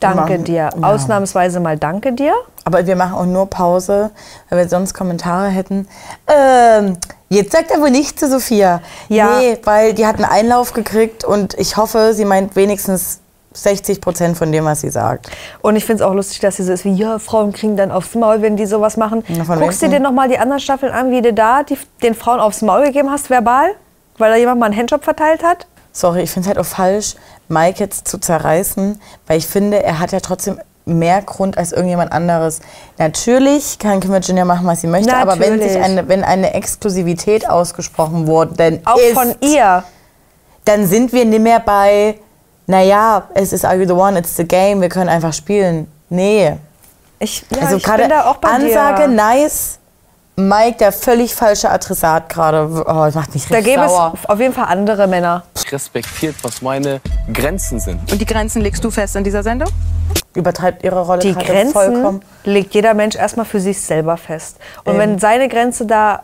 Danke dir. Ausnahmsweise mal danke dir. Aber wir machen auch nur Pause, weil wir sonst Kommentare hätten. Ähm, jetzt sagt er wohl nicht zu Sophia. Ja. Nee, weil die hat einen Einlauf gekriegt und ich hoffe, sie meint wenigstens 60 Prozent von dem, was sie sagt. Und ich finde es auch lustig, dass sie so ist wie, ja, Frauen kriegen dann aufs Maul, wenn die sowas machen. von Guckst du welchen? dir nochmal die anderen Staffeln an, wie du da die, den Frauen aufs Maul gegeben hast, verbal? Weil da jemand mal einen Handjob verteilt hat? Sorry, ich finde es halt auch falsch, Mike jetzt zu zerreißen, weil ich finde, er hat ja trotzdem mehr Grund als irgendjemand anderes. Natürlich kann Kim Virginia machen, was sie möchte, aber wenn, sich Natürlich. eine, wenn eine Exklusivität ausgesprochen wurde, dann Auch ist, von ihr. Dann sind wir nicht mehr bei, naja, es ist Are You the One, it's the game, wir können einfach spielen. Nee. Also Ich, ja, ich bin da auch bei dir. Ansage, nice. Mike, der völlig falsche Adressat gerade. Oh, das macht mich Da richtig gäbe sauer. es auf jeden Fall andere Männer. Respektiert, was meine Grenzen sind. Und die Grenzen legst du fest in dieser Sendung? Übertreibt ihre Rolle Die gerade Grenzen vollkommen. legt jeder Mensch erstmal für sich selber fest. Und Eben. wenn seine Grenze da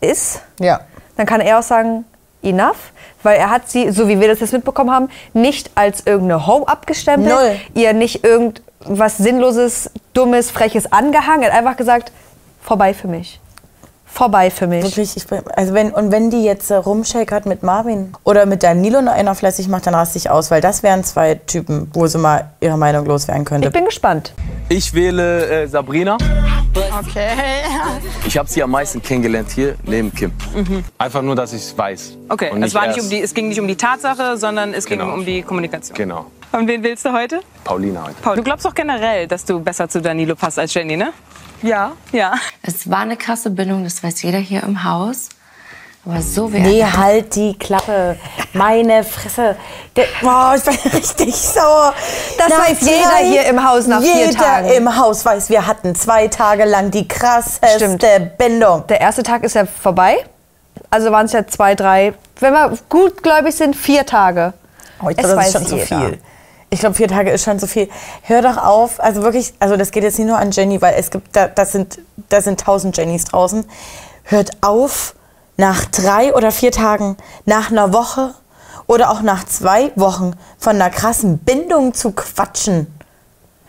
ist, Ja. dann kann er auch sagen, enough. Weil er hat sie, so wie wir das jetzt mitbekommen haben, nicht als irgendeine Home abgestempelt. Null. Ihr nicht irgendwas Sinnloses, Dummes, Freches angehangen. Er hat einfach gesagt, vorbei für mich. Vorbei für mich. Wirklich, ich bin, also wenn, und wenn die jetzt äh, rumshakert mit Marvin oder mit Danilo noch einer fleißig macht, dann raste ich aus, weil das wären zwei Typen, wo sie mal ihre Meinung loswerden könnte. Ich bin gespannt. Ich wähle äh, Sabrina. Okay. Ich habe sie am meisten kennengelernt hier neben Kim. Mhm. Einfach nur, dass ich es weiß. Okay, Und es, war nicht erst- um die, es ging nicht um die Tatsache, sondern es Genau. ging um die Kommunikation. Genau. Und wen willst du heute? Paulina heute. Paul, du glaubst doch generell, dass du besser zu Danilo passt als Jenny, ne? Ja. Ja. Es war eine krasse Bindung, das weiß jeder hier im Haus. Aber so wäre Nee, halt die Klappe. Meine Fresse. Der, boah, ich bin richtig sauer. Das weiß jeder drei- hier im Haus nach vier jeder Tagen. im Haus weiß, wir hatten zwei Tage lang die krasseste Stimmt. Bindung. Der erste Tag ist ja vorbei. Also waren es ja zwei, drei, wenn wir gutgläubig sind, vier Tage. Oh, ich Es glaube, das ist weiß schon zu jeder. viel. Ich glaube, vier Tage ist schon zu viel. Hör doch auf, also wirklich, also das geht jetzt nicht nur an Jenny, weil es gibt, da, das sind, da sind tausend Jennys draußen. Hört auf, nach drei oder vier Tagen, nach einer Woche oder auch nach zwei Wochen von einer krassen Bindung zu quatschen.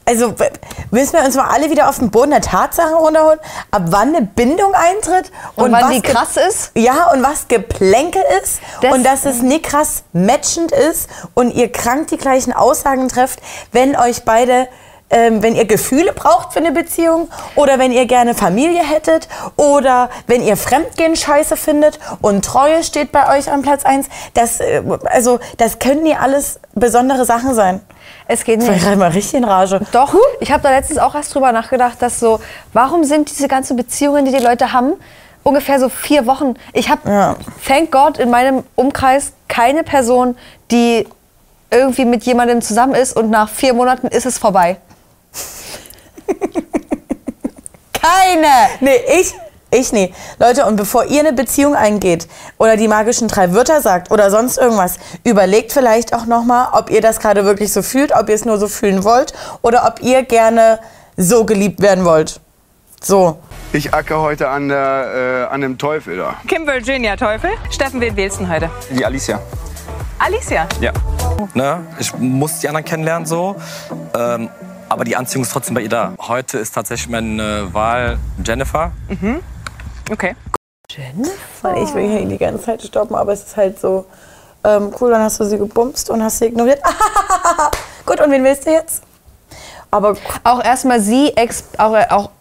Also w- müssen wir uns mal alle wieder auf den Boden der Tatsachen runterholen, ab wann eine Bindung eintritt Und wann was die ge- krass ist? Ja, und was Geplänkel ist und dass es nicht krass matchend ist und ihr krank die gleichen Aussagen trefft, wenn euch beide ähm, wenn ihr Gefühle braucht für eine Beziehung oder wenn ihr gerne Familie hättet oder wenn ihr Fremdgehen scheiße findet und Treue steht bei euch an Platz 1, das, äh, also, das können die alles besondere Sachen sein. Es geht Ich nicht. war gerade mal richtig in Rage. Doch, ich habe da letztens auch erst drüber nachgedacht, dass so, warum sind diese ganzen Beziehungen, die die Leute haben, ungefähr so vier Wochen? Ich habe, Ja. thank God, in meinem Umkreis keine Person, die irgendwie mit jemandem zusammen ist und nach vier Monaten ist es vorbei. Keine! Nee, ich. Ich nee. Leute, und bevor ihr eine Beziehung eingeht oder die magischen drei Wörter sagt oder sonst irgendwas, überlegt vielleicht auch nochmal, ob ihr das gerade wirklich so fühlt, ob ihr es nur so fühlen wollt oder ob ihr gerne so geliebt werden wollt. So. Ich acke heute an, der, äh, an dem Teufel da. Kim Virginia Teufel. Steffen, wen wählst du denn heute? Die Alicia. Alicia. Ja. Ne? Ich muss die anderen kennenlernen so. Ähm, aber die Anziehung ist trotzdem bei ihr da. Heute ist tatsächlich äh, meine Wahl Jennifer. Mhm. Okay. Mann, ich will hier die ganze Zeit stoppen, aber es ist halt so ähm, cool, dann hast du sie gebumst und hast sie ignoriert. Gut, und wen willst du jetzt? Aber auch erstmal sie, ex, auch, äh, auch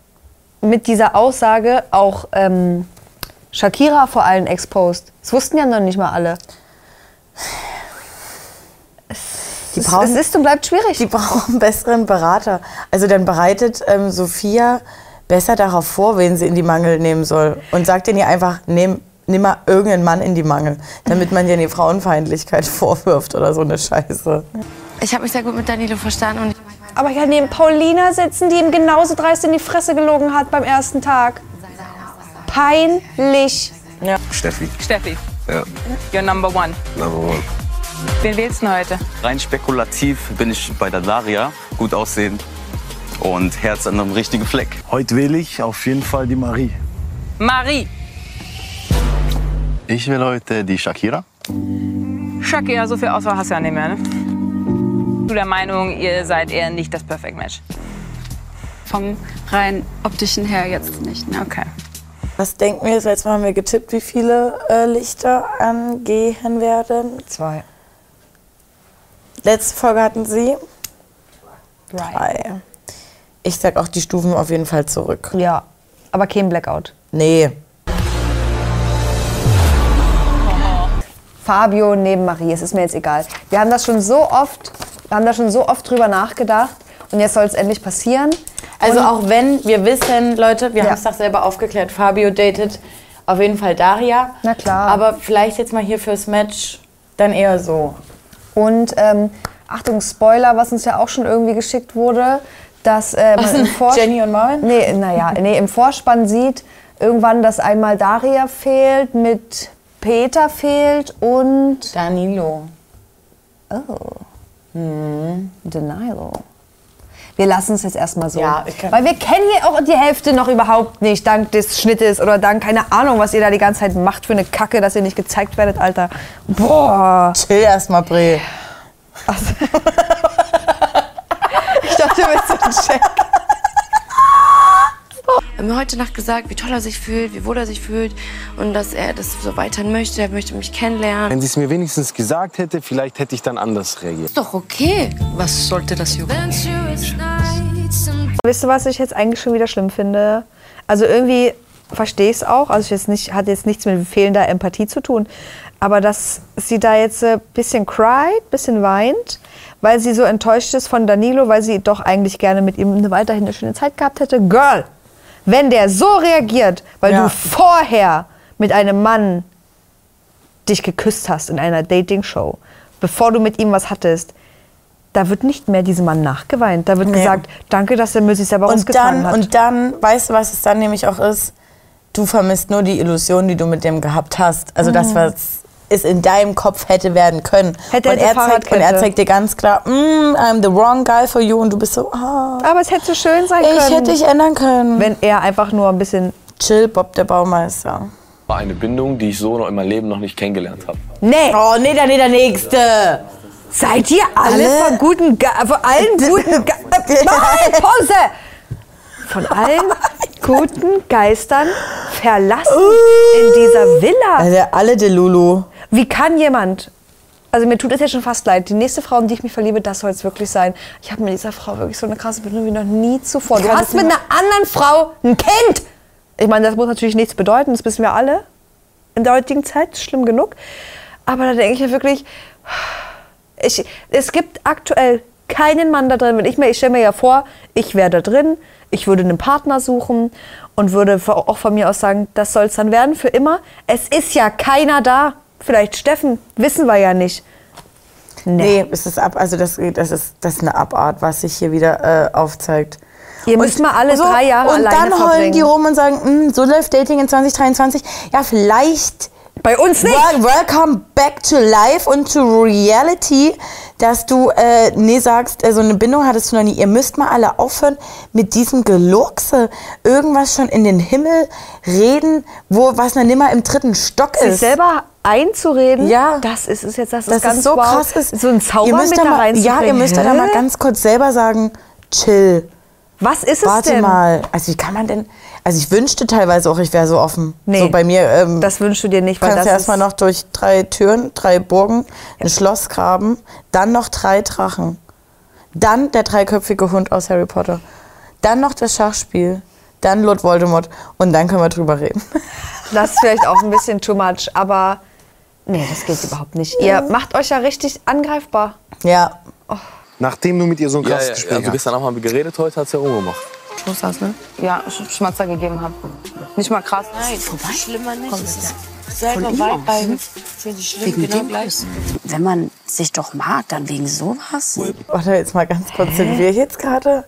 mit dieser Aussage, auch ähm, Shakira vor allem exposed. Das wussten ja noch nicht mal alle. Die Es- es ist und bleibt schwierig. Die brauchen einen besseren Berater. Also dann bereitet ähm, Sophia besser darauf vor, wen sie in die Mangel nehmen soll. Und sagt denen ihr einfach, nehm, nimm mal irgendeinen Mann in die Mangel, damit man dir eine Frauenfeindlichkeit vorwirft oder so eine Scheiße. Ich habe mich sehr gut mit Danilo verstanden und Aber ja, neben Paulina sitzen, die ihm genauso dreist in die Fresse gelogen hat beim ersten Tag. Peinlich. Steffi. Steffi, Ja, your number one. number one. Wen wählst du denn heute? Rein spekulativ bin ich bei der Daria. Gut aussehen und Herz an einem richtigen Fleck. Heute wähle ich auf jeden Fall die Marie. Marie. Ich will heute die Shakira. Shakira, so viel Auswahl hast du ja nicht mehr, ne? Du der Meinung, ihr seid eher nicht das Perfect Match. Vom rein optischen her jetzt nicht. Ne? Okay. Was denken wir jetzt? Letztes Mal haben wir getippt, wie viele äh, Lichter angehen werden. Zwei. Letzte Folge hatten sie. Drei. Ich sag auch die Stufen auf jeden Fall zurück. Ja, aber kein Blackout. Nee. Fabio neben Marie, es ist mir jetzt egal. Wir haben das schon so oft, wir haben da schon so oft drüber nachgedacht und jetzt soll es endlich passieren. Also Und- auch wenn wir wissen, Leute, wir Ja. haben es doch selber aufgeklärt, Fabio datet auf jeden Fall Daria. Na klar. Aber vielleicht jetzt mal hier fürs Match dann eher so. Und ähm, Achtung, Spoiler, was uns ja auch schon irgendwie geschickt wurde, dass ähm, Was denn? Jenny und Marvin? Nee, naja, nee, im Vorspann sieht irgendwann, dass einmal Daria fehlt, mit Peter fehlt und... Danilo. Oh. Hm, Danilo. Wir lassen es jetzt erstmal so. Ja, ich Weil wir kennen hier auch die Hälfte noch überhaupt nicht, dank des Schnittes oder dank, keine Ahnung, was ihr da die ganze Zeit macht für eine Kacke, dass ihr nicht gezeigt werdet, Alter. Boah. Chill erstmal, Bre. Ich dachte, du willst so einen Check. Er hat mir heute Nacht gesagt, wie toll er sich fühlt, wie wohl er sich fühlt und dass er das so weiter möchte. Er möchte mich kennenlernen. Wenn sie es mir wenigstens gesagt hätte, vielleicht hätte ich dann anders reagiert. Ist doch okay. Was sollte das jucken? Wisst ihr, was ich jetzt eigentlich schon wieder schlimm finde? Also irgendwie verstehe ich es auch. Also ich jetzt nicht, hat jetzt nichts mit fehlender Empathie zu tun. Aber dass sie da jetzt ein bisschen cried, bisschen weint, weil sie so enttäuscht ist von Danilo, weil sie doch eigentlich gerne mit ihm eine weiterhin eine schöne Zeit gehabt hätte. Girl, wenn der so reagiert, weil Ja. du vorher mit einem Mann dich geküsst hast in einer Dating-Show, bevor du mit ihm was hattest, da wird nicht mehr diesem Mann nachgeweint. Da wird gesagt, danke, dass er mit sich selber uns Und getan dann, hat. und dann, weißt du, was es dann nämlich auch ist? Du vermisst nur die Illusion, die du mit dem gehabt hast. Also das, Mhm. was es in deinem Kopf hätte werden können. Hätte, und, hätte, er zeigt, und er Fahrradkette. zeigt dir ganz klar, mm, I'm the wrong guy for you. Und du bist so, ah. Aber es hätte so schön sein können. Ich hätte dich ändern können. Wenn er einfach nur ein bisschen... Chill, Bob der Baumeister. War eine Bindung, die ich so noch in meinem Leben noch nicht kennengelernt habe. Oh, Nee. Oh, nee, der, nee, der Nächste. Seid ihr alle, von guten, Ge von allen guten, Ge äh, nein, Pause! Von allen guten Geistern verlassen Uh. in dieser Villa. Also alle Delulu. Wie kann jemand? Also mir tut es ja schon fast leid. Die nächste Frau, in die ich mich verliebe, das soll es wirklich sein. Ich habe mit dieser Frau wirklich so eine krasse Bindung wie noch nie zuvor. Du Krass, hast mit ne? einer anderen Frau ein Kind. Ich meine, das muss natürlich nichts bedeuten. Das wissen wir alle in der heutigen Zeit. Schlimm genug. Aber da denke ich mir wirklich, ich, es gibt aktuell keinen Mann da drin. Wenn ich mir, ich stelle mir ja vor, ich wäre da drin, ich würde einen Partner suchen und würde vo- auch von mir aus sagen, das soll es dann werden für immer. Es ist ja keiner da. Vielleicht Steffen, wissen wir ja nicht. Nee, es ist ab, also das, das, ist, das ist eine Abart, was sich hier wieder äh, aufzeigt. Ihr müsst mal alle drei Jahre Und alleine dann heulen verbringen. die rum und sagen, "Hm, so läuft Dating in 2023. Ja, vielleicht. Bei uns nicht. welcome back to life und to reality, dass du äh, nee sagst, äh, so eine Bindung hattest du noch nie. Ihr müsst mal alle aufhören mit diesem Gelurkse. Irgendwas schon in den Himmel reden, wo was noch nimmer im dritten Stock Sich ist. selber einzureden, Ja. das ist es jetzt, das, dass ist ganz es so wow. krass ist. So ein Zauber ihr müsst mit da da mal, Ja, reinzubringen. ihr müsst da dann Hä? mal ganz kurz selber sagen, chill. Was ist es Warte denn? mal. Also wie kann man denn... Also ich wünschte teilweise auch, ich wäre so offen. Nee, so bei mir. Ähm, das wünschst du dir nicht, weil kannst das ja ist- erstmal noch durch drei Türen, drei Burgen, ein Schloss graben, dann noch drei Drachen, dann der dreiköpfige Hund aus Harry Potter, dann noch das Schachspiel, dann Lord Voldemort und dann können wir drüber reden. Das ist vielleicht auch ein bisschen too much, aber nee, das geht überhaupt nicht. Ihr macht euch ja richtig angreifbar. Ja. Nachdem du mit ihr so ein Ja, krasses ja, Gespräch also gestern haben wir geredet, heute hat sie rumgemacht. Schluss das, ne? Ja, Sch- Schmatzer gegeben habe. Nicht mal krass. Nein, Schlimmer nicht. Es ist selber von ihm weit aus, bei- ne? Finde ich schlimm, Wegen genau dem gleich. Preis. Wenn man sich doch mag, dann wegen sowas. Warte, jetzt mal ganz kurz, sind Hä? wir jetzt gerade?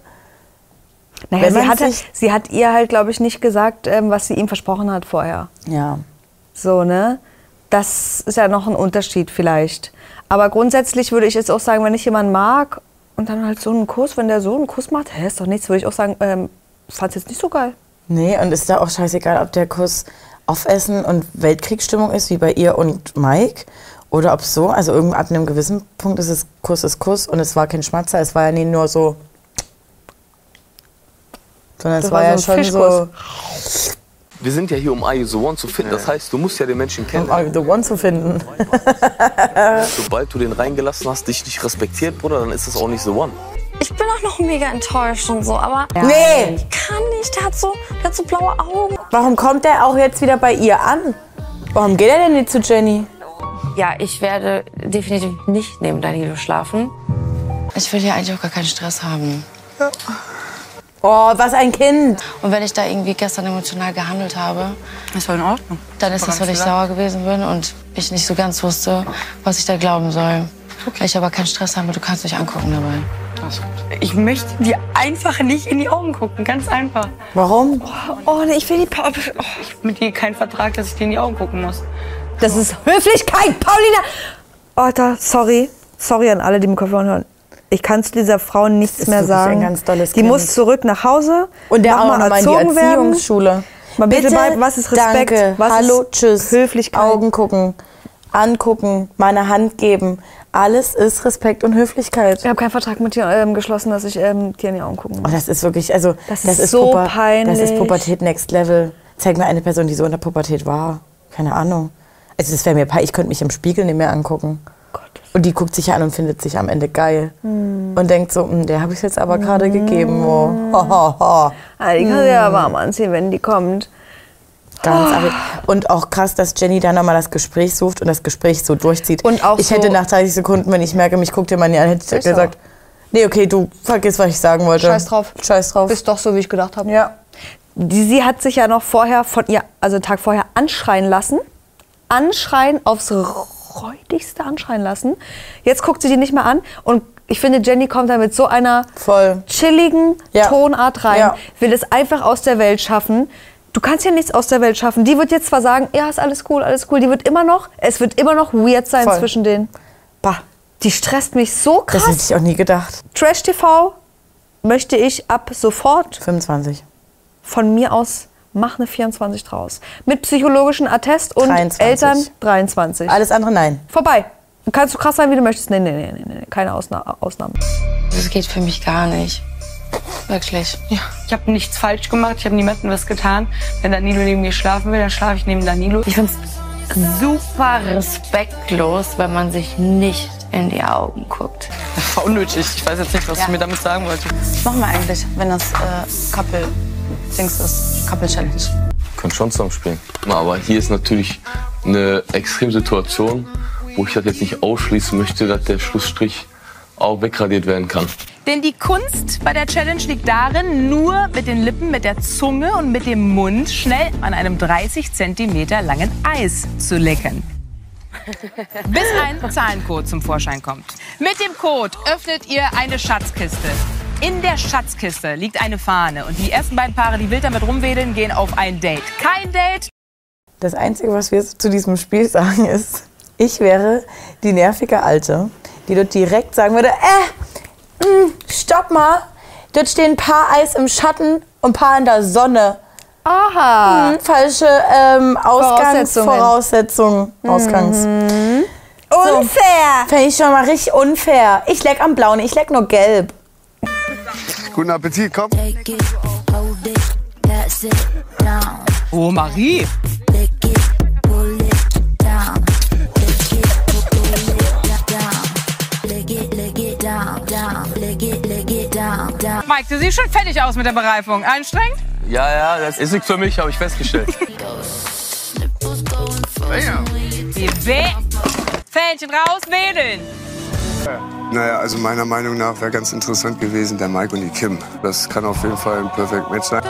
Naja, Wenn sie man hat, sich- sie hat ihr halt, glaube ich, nicht gesagt, ähm, was sie ihm versprochen hat vorher. Ja. So, ne? Das ist ja noch ein Unterschied vielleicht. Aber grundsätzlich würde ich jetzt auch sagen, wenn ich jemanden mag und dann halt so einen Kuss, wenn der so einen Kuss macht, hä, ist doch nichts, würde ich auch sagen, ähm, fand's jetzt nicht so geil. Nee, und ist da auch scheißegal, ob der Kuss Aufessen und Weltkriegsstimmung ist, wie bei ihr und Mike, oder ob so, also irgend ab einem gewissen Punkt ist es Kuss ist Kuss und es war kein Schmatzer, es war ja nie nur so. Sondern es Das war, war ja so ein schon so. Wir sind ja hier, um Are You The One zu finden. Das heißt, du musst ja den Menschen kennen. Um Are You The One zu finden. Sobald du den reingelassen hast, dich nicht respektiert, Bruder, dann ist das auch nicht The One. Ich bin auch noch mega enttäuscht und so, aber. Nee. Ich kann nicht. Der hat so, der hat so blaue Augen. Warum kommt der auch jetzt wieder bei ihr an? Warum geht er denn nicht zu Jenny? Ja, ich werde definitiv nicht neben Danilo schlafen. Ich will ja eigentlich auch gar keinen Stress haben. Oh, was ein Kind. Und wenn ich da irgendwie gestern emotional gehandelt habe, Ist voll in Ordnung. dann ist das, weil ich sauer gewesen bin und ich nicht so ganz wusste, was ich da glauben soll. Ich aber keinen Stress habe, du kannst mich angucken dabei. Ich möchte dir einfach nicht in die Augen gucken, ganz einfach. Warum? Oh, nee, ich will die Pa- oh, Ich hab mit dir keinen Vertrag, dass ich dir in die Augen gucken muss. Das ist Höflichkeit, Paulina! Alter, sorry. Sorry an alle, die im Kopfhörer hören. Ich kann zu dieser Frau nichts ist mehr wirklich ein sagen. ganz tolles die Kind. muss zurück nach Hause. Und der noch auch mal nochmal in die erzogen werden. Erziehungsschule. Mal bitte, bei, was ist Respekt? Danke, was Hallo, ist tschüss. Höflichkeit. Augen gucken, angucken, meine Hand geben. Alles ist Respekt und Höflichkeit. Ich habe keinen Vertrag mit dir ähm, geschlossen, dass ich ähm, dir in die Augen gucken Oh, muss. das ist wirklich, also Das ist so peinlich. Das ist Pubertät Next Level. Zeig mir eine Person, die so in der Pubertät war. Keine Ahnung. Also das wäre mir peinlich. Ich könnte mich im Spiegel nicht mehr angucken. Und die guckt sich an und findet sich am Ende geil. Hm. Und denkt so, "Hm, der habe ich jetzt aber gerade gegeben. Oh. Ho, ho, ho. Ah, die kann sie Hm. ja warm anziehen, wenn die kommt. Ganz Ah. abwegig. Und auch krass, dass Jenny dann nochmal das Gespräch sucht und das Gespräch so durchzieht. Und auch ich hätte so- nach 30 Sekunden, wenn ich merke, mich guckt jemand nicht an, hätte ich Ist so. gesagt, nee, okay, du vergiss, was ich sagen wollte. Scheiß drauf. Scheiß drauf. Ist doch so, wie ich gedacht habe. Ja. Die, sie hat sich ja noch vorher von ihr, also einen Tag vorher, anschreien lassen. Anschreien aufs räudigste anschreien lassen. Jetzt guckt sie die nicht mehr an und ich finde, Jenny kommt da mit so einer chilligen Tonart rein. Ja. Will es einfach aus der Welt schaffen. Du kannst ja nichts aus der Welt schaffen. Die wird jetzt zwar sagen, ja, ist alles cool, alles cool. Die wird immer noch, es wird immer noch weird sein Voll. zwischen denen. Bah. Die stresst mich so krass. Das hätte ich auch nie gedacht. Trash TV möchte ich ab sofort 25. von mir aus mach eine 24 draus. Mit psychologischen Attest und 23. Eltern 23. Alles andere nein. Vorbei. Kannst du krass sein, wie du möchtest. Nee, nee, nee, nee, nee. keine Ausna Ausnahmen. Das geht für mich gar nicht. Wirklich. Ja. Ich habe nichts falsch gemacht, ich habe niemandem was getan. Wenn Danilo neben mir schlafen will, dann schlafe ich neben Danilo. Ich find's Super respektlos, wenn man sich nicht in die Augen guckt. Das war unnötig. Ich weiß jetzt nicht, was Ja. du mir damit sagen wolltest. Was machen wir eigentlich, wenn das äh, Couple Dings ist? Couple Challenge. Können schon zusammen spielen. Aber hier ist natürlich eine Extremsituation, wo ich das jetzt nicht ausschließen möchte, dass der Schlussstrich auch wegradiert werden kann. Denn die Kunst bei der Challenge liegt darin, nur mit den Lippen, mit der Zunge und mit dem Mund schnell an einem 30 Zentimeter langen Eis zu lecken. Bis ein Zahlencode zum Vorschein kommt. Mit dem Code öffnet ihr eine Schatzkiste. In der Schatzkiste liegt eine Fahne und die ersten beiden Paare, die wild damit rumwedeln, gehen auf ein Date. Kein Date, Das Einzige, was wir zu diesem Spiel sagen, ist, ich wäre die nervige Alte, die dort direkt sagen würde, äh, mh, stopp mal, dort stehen ein paar Eis im Schatten und ein paar in der Sonne. Aha. Hm, falsche ähm, Ausgangs Mhm. Voraussetzungen. Mhm. Voraussetzungen. Ausgangs. Unfair! Fände ich schon mal richtig unfair. Ich leck am Blauen, ich leck nur gelb. Guten Appetit, komm. Oh, Marie. Mike, du siehst schon fertig aus mit der Bereifung. Anstrengend? Ja, ja, das ist nichts für mich, habe ich festgestellt. Wir Fähnchen raus, wedeln. Naja, also meiner Meinung nach wäre ganz interessant gewesen der Mike und die Kim. Das kann auf jeden Fall ein Perfect Match sein.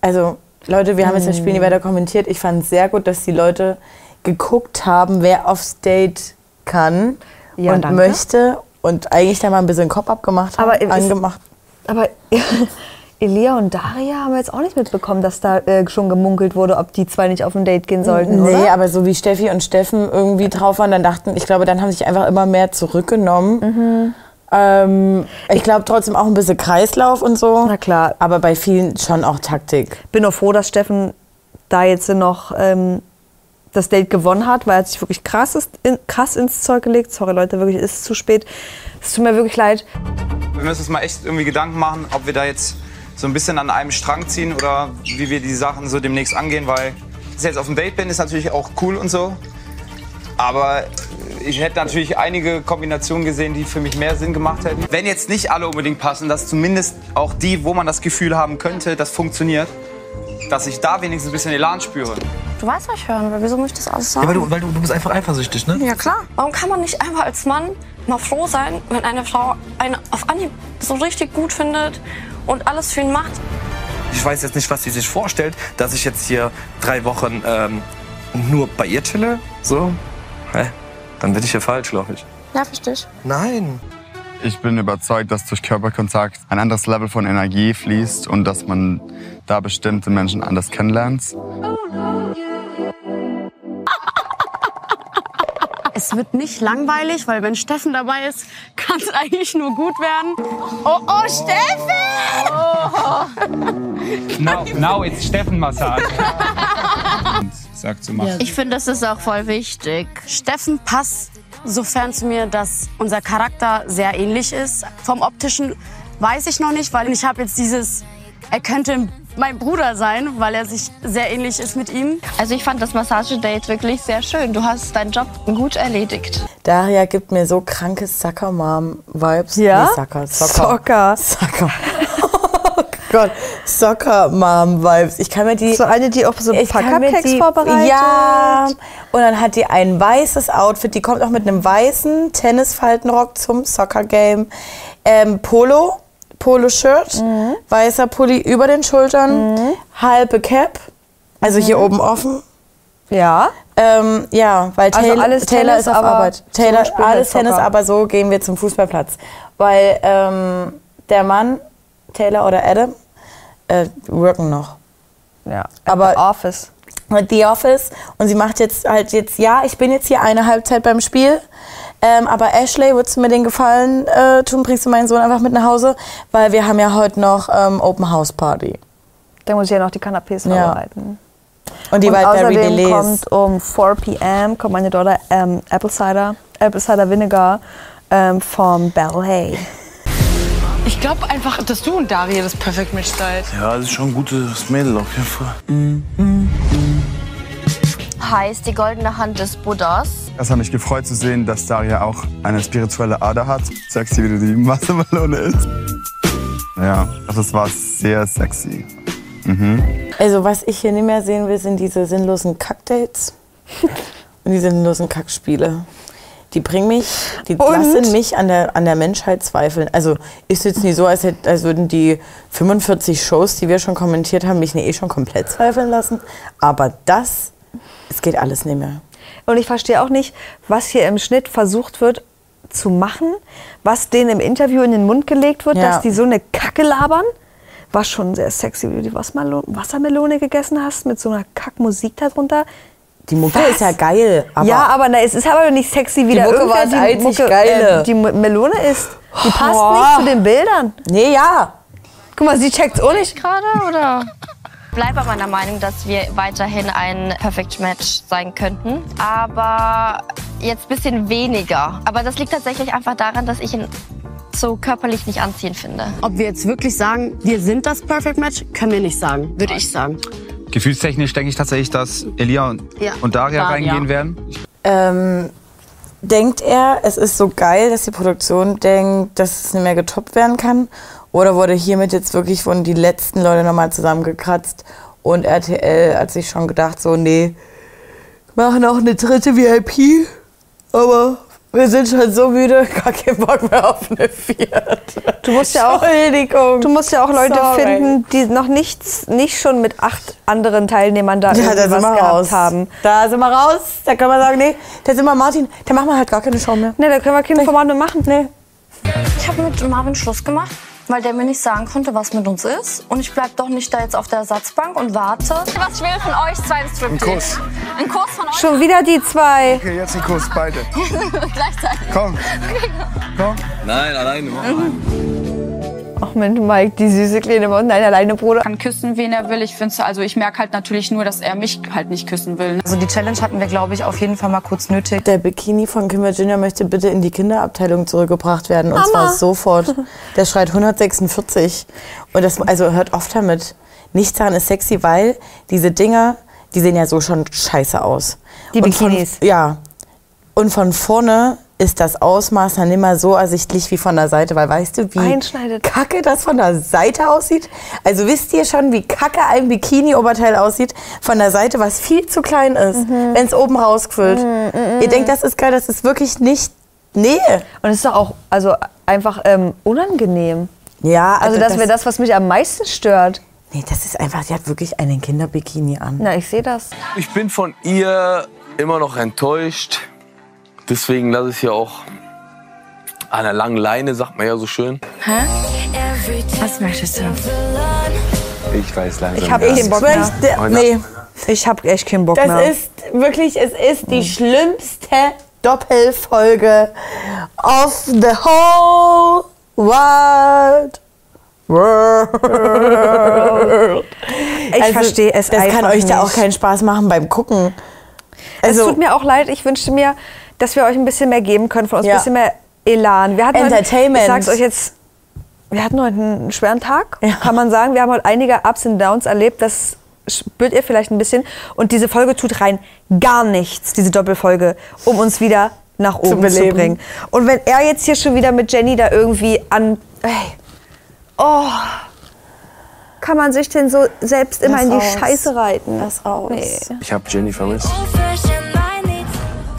Also, Leute, wir haben jetzt das Mhm. Spiel nie weiter kommentiert. Ich fand es sehr gut, dass die Leute geguckt haben, wer aufs Date kann Ja, und danke. möchte und eigentlich da mal ein bisschen Kopf abgemacht haben, Aber es- angemacht. Aber Elia und Daria haben jetzt auch nicht mitbekommen, dass da äh, schon gemunkelt wurde, ob die zwei nicht auf ein Date gehen sollten, nee, oder? aber so wie Steffi und Steffen irgendwie drauf waren, dann dachten, ich glaube, dann haben sich einfach immer mehr zurückgenommen. Ähm, ich glaube trotzdem auch ein bisschen Kreislauf und so. Na klar. Aber bei vielen schon auch Taktik. Bin auch froh, dass Steffen da jetzt noch ähm, das Date gewonnen hat, weil er hat sich wirklich krass, ist, in, krass ins Zeug gelegt. Sorry Leute, wirklich, es ist zu spät. Es tut mir wirklich leid. Wir müssen uns mal echt irgendwie Gedanken machen, ob wir da jetzt so ein bisschen an einem Strang ziehen oder wie wir die Sachen so demnächst angehen, weil dass ich jetzt auf dem Date bin, ist natürlich auch cool und so. Aber ich hätte natürlich einige Kombinationen gesehen, die für mich mehr Sinn gemacht hätten. Wenn jetzt nicht alle unbedingt passen, dass zumindest auch die, wo man das Gefühl haben könnte, das funktioniert, dass ich da wenigstens ein bisschen Elan spüre. Du weißt, was ich hören will. Wieso muss ich das alles sagen? weil du, bist einfach eifersüchtig, ne? Ja klar. Warum kann man nicht einfach als Mann mal froh sein, wenn eine Frau einen auf Anhieb so richtig gut findet und alles für ihn macht? Ich weiß jetzt nicht, was sie sich vorstellt, dass ich jetzt hier drei Wochen ähm, nur bei ihr chille. So? Hä? Dann bin ich hier falsch, glaube ich. Ja, verstehe ich. Nein. Ich bin überzeugt, dass durch Körperkontakt ein anderes Level von Energie fließt und dass man da bestimmte Menschen anders kennenlernt. Es wird nicht langweilig, weil wenn Steffen dabei ist, kann es eigentlich nur gut werden. Oh, oh, Steffen! Now, now it's Steffen-Massage. Sag zu machen. Ich finde, das ist auch voll wichtig. Steffen passt, sofern zu mir, dass unser Charakter sehr ähnlich ist. Vom Optischen weiß ich noch nicht, weil ich habe jetzt dieses, er könnte mein Bruder sein, weil er sich sehr ähnlich ist mit ihm. Also ich fand das Massagedate wirklich sehr schön. Du hast deinen Job gut erledigt. Daria gibt mir so kranke Sucker-Mom-Vibes. Ja? Nee, Sucker. Sucker. Sucker. Sucker. Oh Gott, Soccer-Mom-Vibes. Ich kann mir die. So eine, die auch so Pack-Up-Cakes vorbereitet. Ja. Und dann hat die ein weißes Outfit. Die kommt auch mit einem weißen Tennisfaltenrock zum Soccer-Game. Ähm, Polo, Polo-Shirt, Mhm. weißer Pulli über den Schultern, halbe Cap, also Mhm. hier oben offen. Ja. Ähm, ja, weil Also Taylor, alles Taylor Tennis, ist auf aber Arbeit. so Taylor, spielen wir alles Soccer. Tennis, aber so gehen wir zum Fußballplatz. Weil ähm, der Mann, Taylor oder Adam, äh, worken noch. Ja, aber Office. The Office. Und sie macht jetzt halt jetzt, ja, ich bin jetzt hier eine Halbzeit beim Spiel. Ähm, aber Ashley, würdest du mir den Gefallen äh, tun, bringst du meinen Sohn einfach mit nach Hause? Weil wir haben ja heute noch ähm, Open House Party. Da muss ich ja noch die Canapés Ja. vorbereiten. Und die Wildberry außerdem Delays. kommt um 4 p.m. kommt meine Dollar ähm, Apple Cider, Apple Cider Vinegar ähm, vom Bell Hay. Ich glaube einfach, dass du und Daria das perfekt Match seid. Ja, das ist schon ein gutes Mädel auf jeden Fall. heißt die goldene Hand des Buddhas. Es hat mich gefreut zu sehen, dass Daria auch eine spirituelle Ader hat. Sagst du, wie du die Wassermelone ist? Ja, das war sehr sexy. Mhm. Also was ich hier nicht mehr sehen will, sind diese sinnlosen Kackdates und die sinnlosen Kackspiele. Die bringen mich, die Und? lassen mich an der, an der Menschheit zweifeln. Also ist jetzt nicht so, als, hätte, als würden die 45 Shows, die wir schon kommentiert haben, mich nicht eh schon komplett zweifeln lassen. Aber das, es geht alles nicht mehr. Und ich verstehe auch nicht, was hier im Schnitt versucht wird zu machen, was denen im Interview in den Mund gelegt wird, Ja. dass die so eine Kacke labern. War schon sehr sexy, wie du die Wassermelo- Wassermelone gegessen hast mit so einer Kackmusik darunter. Die Mucke Was? ist ja geil, aber ja, aber na, es ist aber nicht sexy, wie Die da Mucke irgendwer war das einzig Geile. äh, die M- Melone ist. Die passt Oh. nicht zu den Bildern. Nee, ja. Guck mal, sie checkt's auch nicht gerade. Oder? Bleib aber meiner Meinung, dass wir weiterhin ein Perfect Match sein könnten. Aber jetzt ein bisschen weniger. Aber das liegt tatsächlich einfach daran, dass ich ihn so körperlich nicht anziehend finde. Ob wir jetzt wirklich sagen, wir sind das Perfect Match, können wir nicht sagen, würde ich sagen. Gefühlstechnisch denke ich tatsächlich, dass Elia und, Ja. und Daria, Daria. reingehen werden. ähm, denkt er, es ist so geil, dass die Produktion denkt, dass es nicht mehr getoppt werden kann? Oder wurde hiermit jetzt wirklich wurden die letzten Leute nochmal zusammengekratzt und RTL hat sich schon gedacht, so, nee, machen auch eine dritte VIP, aber wir sind schon so müde, gar keinen Bock mehr auf eine vierte. Du musst ja auch, Entschuldigung. du musst ja auch Leute Sorry. finden, die noch nichts, nicht schon mit acht anderen Teilnehmern da Ja, da sind irgendwas wir gehabt raus. haben. Da sind wir raus, da kann man sagen, nee, da sind wir Martin, da machen wir halt gar keine Show mehr. Nee, Ne, da können wir kein Format mehr machen. Nee. Ich habe mit Marvin Schluss gemacht, weil der mir nicht sagen konnte, was mit uns ist. Und ich bleib doch nicht da jetzt auf der Ersatzbank und warte. Was ich will von euch zwei im Striptease. Ein Kuss. Ein Kuss von euch. Schon wieder die zwei. Okay, jetzt ein Kuss, beide. Gleichzeitig. Komm. Komm. Nein, alleine. Ach Mensch, Mike, die süße kleine Maus. Nein, alleine, Bruder. Kann küssen, wen er will. Ich finde also ich merke halt natürlich nur, dass er mich halt nicht küssen ne? will. Also die Challenge hatten wir, glaube ich, auf jeden Fall mal kurz nötig. Der Bikini von Kim Virginia möchte bitte in die Kinderabteilung zurückgebracht werden. Und zwar Mama. sofort. Der schreit 146. Und das, also hört oft damit. Nichts daran ist sexy, weil diese Dinger, die sehen ja so schon scheiße aus. Die Und von- Bikinis. Ja. Und von vorne ist das Ausmaß dann immer so ersichtlich wie von der Seite, weil weißt du, wie Einschneidet. kacke das von der Seite aussieht? Also wisst ihr schon, wie kacke ein Bikini-Oberteil aussieht von der Seite, was viel zu klein ist, Mhm. wenn es oben rausquillt. Ihr denkt, das ist geil, das ist wirklich nicht Nähe. Und es ist doch auch also einfach ähm, unangenehm. Ja, Also das wäre das, was mich am meisten stört. Nee, das ist einfach, die hat wirklich einen Kinderbikini an. Na, ich sehe das. Ich bin von ihr immer noch enttäuscht. Deswegen lasse ich sie auch an der langen Leine, sagt man ja so schön. Hä? Was möchtest du? Ich weiß langsam. Ich habe eh keinen Bock mehr. nee. Ich habe echt keinen Bock Das mehr. ist wirklich, es ist die schlimmste Doppelfolge of the whole wide world. Also Ich verstehe es Das kann einfach euch da auch nicht. keinen Spaß machen beim Gucken. es Also tut mir auch leid. Ich wünschte mir, dass wir euch ein bisschen mehr geben können, von uns Ja. ein bisschen mehr Elan. Wir hatten Entertainment. Heute, ich sag's euch jetzt. Wir hatten heute einen schweren Tag, kann man sagen. Wir haben heute einige Ups und Downs erlebt. Das spürt ihr vielleicht ein bisschen. Und diese Folge tut rein gar nichts, diese Doppelfolge, um uns wieder nach Zu oben zu, beleben. bringen. Und wenn er jetzt hier schon wieder mit Jenny da irgendwie an... Ey, oh, kann man sich denn so selbst immer Lass in die raus. Scheiße reiten? Lass raus. Nee. Ich habe Jenny vermisst.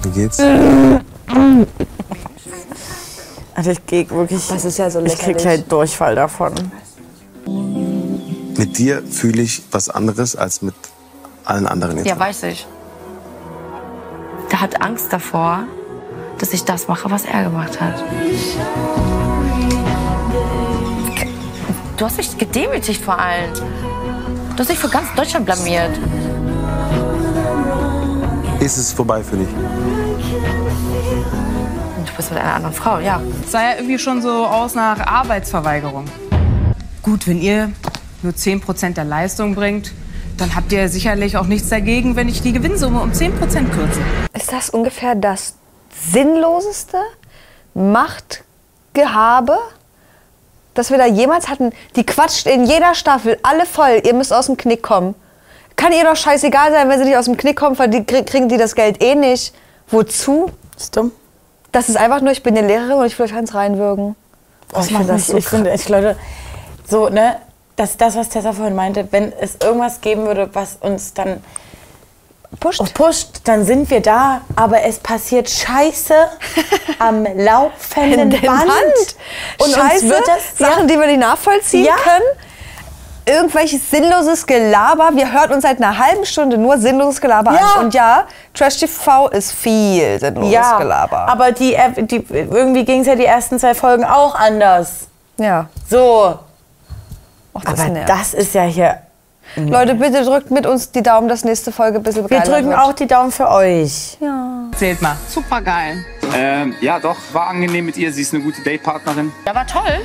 Wie geht's? Also ich gehe wirklich. Das ist ja so Ich krieg lächerlich. gleich Durchfall davon. Mit dir fühle ich was anderes als mit allen anderen. jetzt. Ja, weiß ich. Der hat Angst davor, dass ich das mache, was er gemacht hat. Du hast mich gedemütigt vor allen. Du hast dich vor ganz Deutschland blamiert. Ist es vorbei für dich? Du bist mit einer anderen Frau, ja. sah ja irgendwie schon so aus nach Arbeitsverweigerung. Gut, wenn ihr nur 10% der Leistung bringt, Dann habt ihr sicherlich auch nichts dagegen, wenn ich die Gewinnsumme um 10% kürze. Ist das ungefähr das sinnloseste Machtgehabe, das wir da jemals hatten? Die quatscht in jeder Staffel alle voll, ihr müsst aus dem Knick kommen. Kann ihr doch scheißegal sein, wenn sie nicht aus dem Knick kommen, verdie- krie- kriegen die das Geld eh nicht. Wozu? Ist dumm. Das ist einfach nur, ich bin eine Lehrerin und ich will euch eins reinwürgen. Oh, ich finde das so ich finde, ich, Leute, so, ne, das, das, was Tessa vorhin meinte, wenn es irgendwas geben würde, was uns dann Oh, pusht, pusht dann sind wir da, aber es passiert Scheiße am laufenden Band. Band. Und Scheiße, uns wird das, Sachen, die wir nicht nachvollziehen Ja. können. Irgendwelches sinnloses Gelaber. Wir hören uns seit einer halben Stunde nur sinnloses Gelaber Ja. an. Und ja, Trash TV ist viel sinnloses ja, Gelaber. aber die, äh, die, irgendwie ging es ja die ersten zwei Folgen auch anders. Ja. So. das aber nervt. das ist ja hier... Leute, bitte drückt mit uns die Daumen, dass nächste Folge ein bisschen Wir geiler drücken wird. auch die Daumen für euch. Ja. Zählt mal. Super geil. Ähm, ja, doch, war angenehm mit ihr. Sie ist eine gute Datepartnerin. Ja, war toll.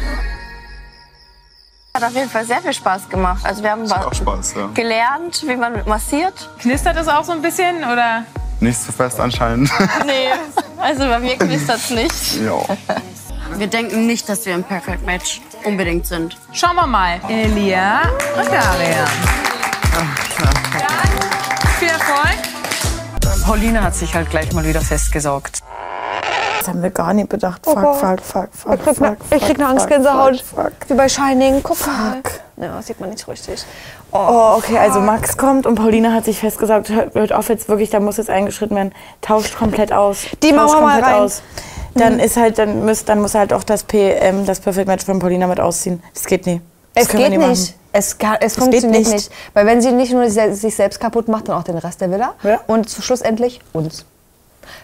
Hat auf jeden Fall sehr viel Spaß gemacht. Also wir haben was Spaß, ja. gelernt, wie man massiert. Knistert es auch so ein bisschen oder? Nicht zu fest anscheinend. Nee, also bei mir knistert's nicht. ja. Wir denken nicht, dass wir im Perfect Match unbedingt sind. Schauen wir mal. Elia und Daria. Viel Erfolg. Pauline hat sich halt gleich mal wieder festgesaugt. Das haben wir gar nicht bedacht. Oh Fuck, Gott. fuck, fuck, fuck, Ich krieg, fuck, ne, ich krieg eine fuck, Angstgänsehaut. fuck, fuck. Wie bei Shining. Guck mal. Ja, das sieht man nicht so richtig. Oh, okay, also Max kommt und Pauline hat sich festgesagt, hört, hört auf jetzt wirklich, da muss jetzt eingeschritten werden. Tauscht komplett aus. Die Tauscht Mauer mal komplett rein. Aus. Dann Mhm. ist halt, dann muss, dann muss halt auch das PM, das Perfect Match von Paulina mit ausziehen. Das geht nie. Das Es können wir geht machen. nicht. Es, kann, es geht funktioniert nicht. nicht. Weil wenn sie nicht nur se- sich selbst kaputt macht, dann auch den Rest der Villa. Und zu schlussendlich uns.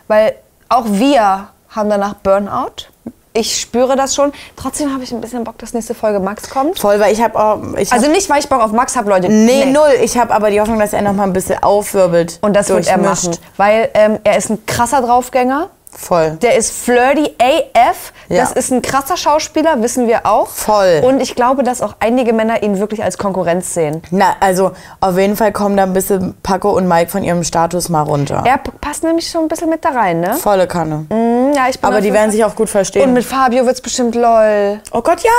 Weil auch wir haben danach Burnout. Ich spüre das schon. Trotzdem habe ich ein bisschen Bock, dass nächste Folge Max kommt. Voll, weil ich habe auch. Ich also nicht, weil ich Bock auf Max habe, Leute. Nee, null. Ich habe aber die Hoffnung, dass er noch mal ein bisschen aufwirbelt. Und das wird er Durchmischt. machen. Weil ähm, er ist ein krasser Draufgänger. Voll. Der ist flirty AF. Ja. Das ist ein krasser Schauspieler, wissen wir auch. Voll. Und ich glaube, dass auch einige Männer ihn wirklich als Konkurrenz sehen. Na, also auf jeden Fall kommen da ein bisschen Paco und Mike von ihrem Status mal runter. Er p- passt nämlich schon ein bisschen mit da rein, ne? Volle Kanne. Mm, ja, ich bin Aber auf die jeden werden Fall- sich auch gut verstehen. Und mit Fabio wird's bestimmt lol. Oh Gott, ja!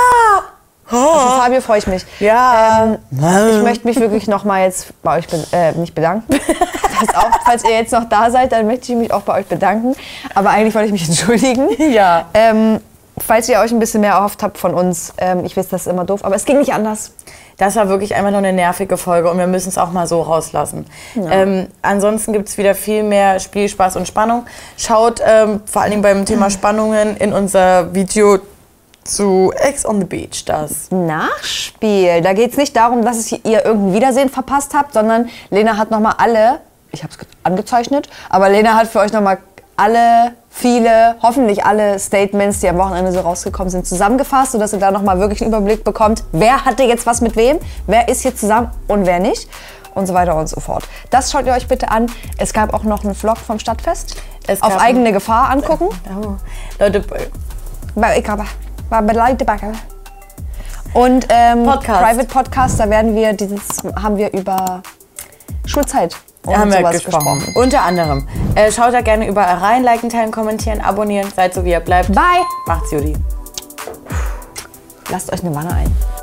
Also Fabio freue ich mich. Ja. Ähm, ich möchte mich wirklich nochmal jetzt bei euch be äh, nicht bedanken. Das auch, falls ihr jetzt noch da seid, dann möchte ich mich auch bei euch bedanken. Aber eigentlich wollte ich mich entschuldigen. Ja. Ähm, falls ihr euch ein bisschen mehr erhofft habt von uns, ähm, ich weiß, das ist immer doof, aber es ging nicht anders. Das war wirklich einfach nur eine nervige Folge und wir müssen es auch mal so rauslassen. Ja. Ähm, ansonsten gibt es wieder viel mehr Spielspaß und Spannung. Schaut ähm, vor allem beim Thema Spannungen in unser Video zu Ex on the Beach das. Nachspiel. Da geht es nicht darum, dass es ihr irgendein Wiedersehen verpasst habt, sondern Lena hat nochmal alle, ich habe es angezeichnet, aber Lena hat für euch nochmal alle, viele, hoffentlich alle Statements, die am Wochenende so rausgekommen sind, zusammengefasst, sodass ihr da nochmal wirklich einen Überblick bekommt, wer hatte jetzt was mit wem, wer ist hier zusammen und wer nicht und so weiter und so fort. Das schaut ihr euch bitte an. Es gab auch noch einen Vlog vom Stadtfest. Es Auf gab- eigene Gefahr angucken. Oh. Leute, Bei Ikaba. Bei Leute Bagger. Und ähm, Podcast. Private Podcast, da werden wir dieses haben wir über Schulzeit und haben wir sowas gesprochen. Unter anderem. Äh, schaut da gerne überall rein, liken, teilen, kommentieren, abonnieren. Seid so, wie ihr bleibt. Bye. Macht's, Judy. Lasst euch eine Wanne ein.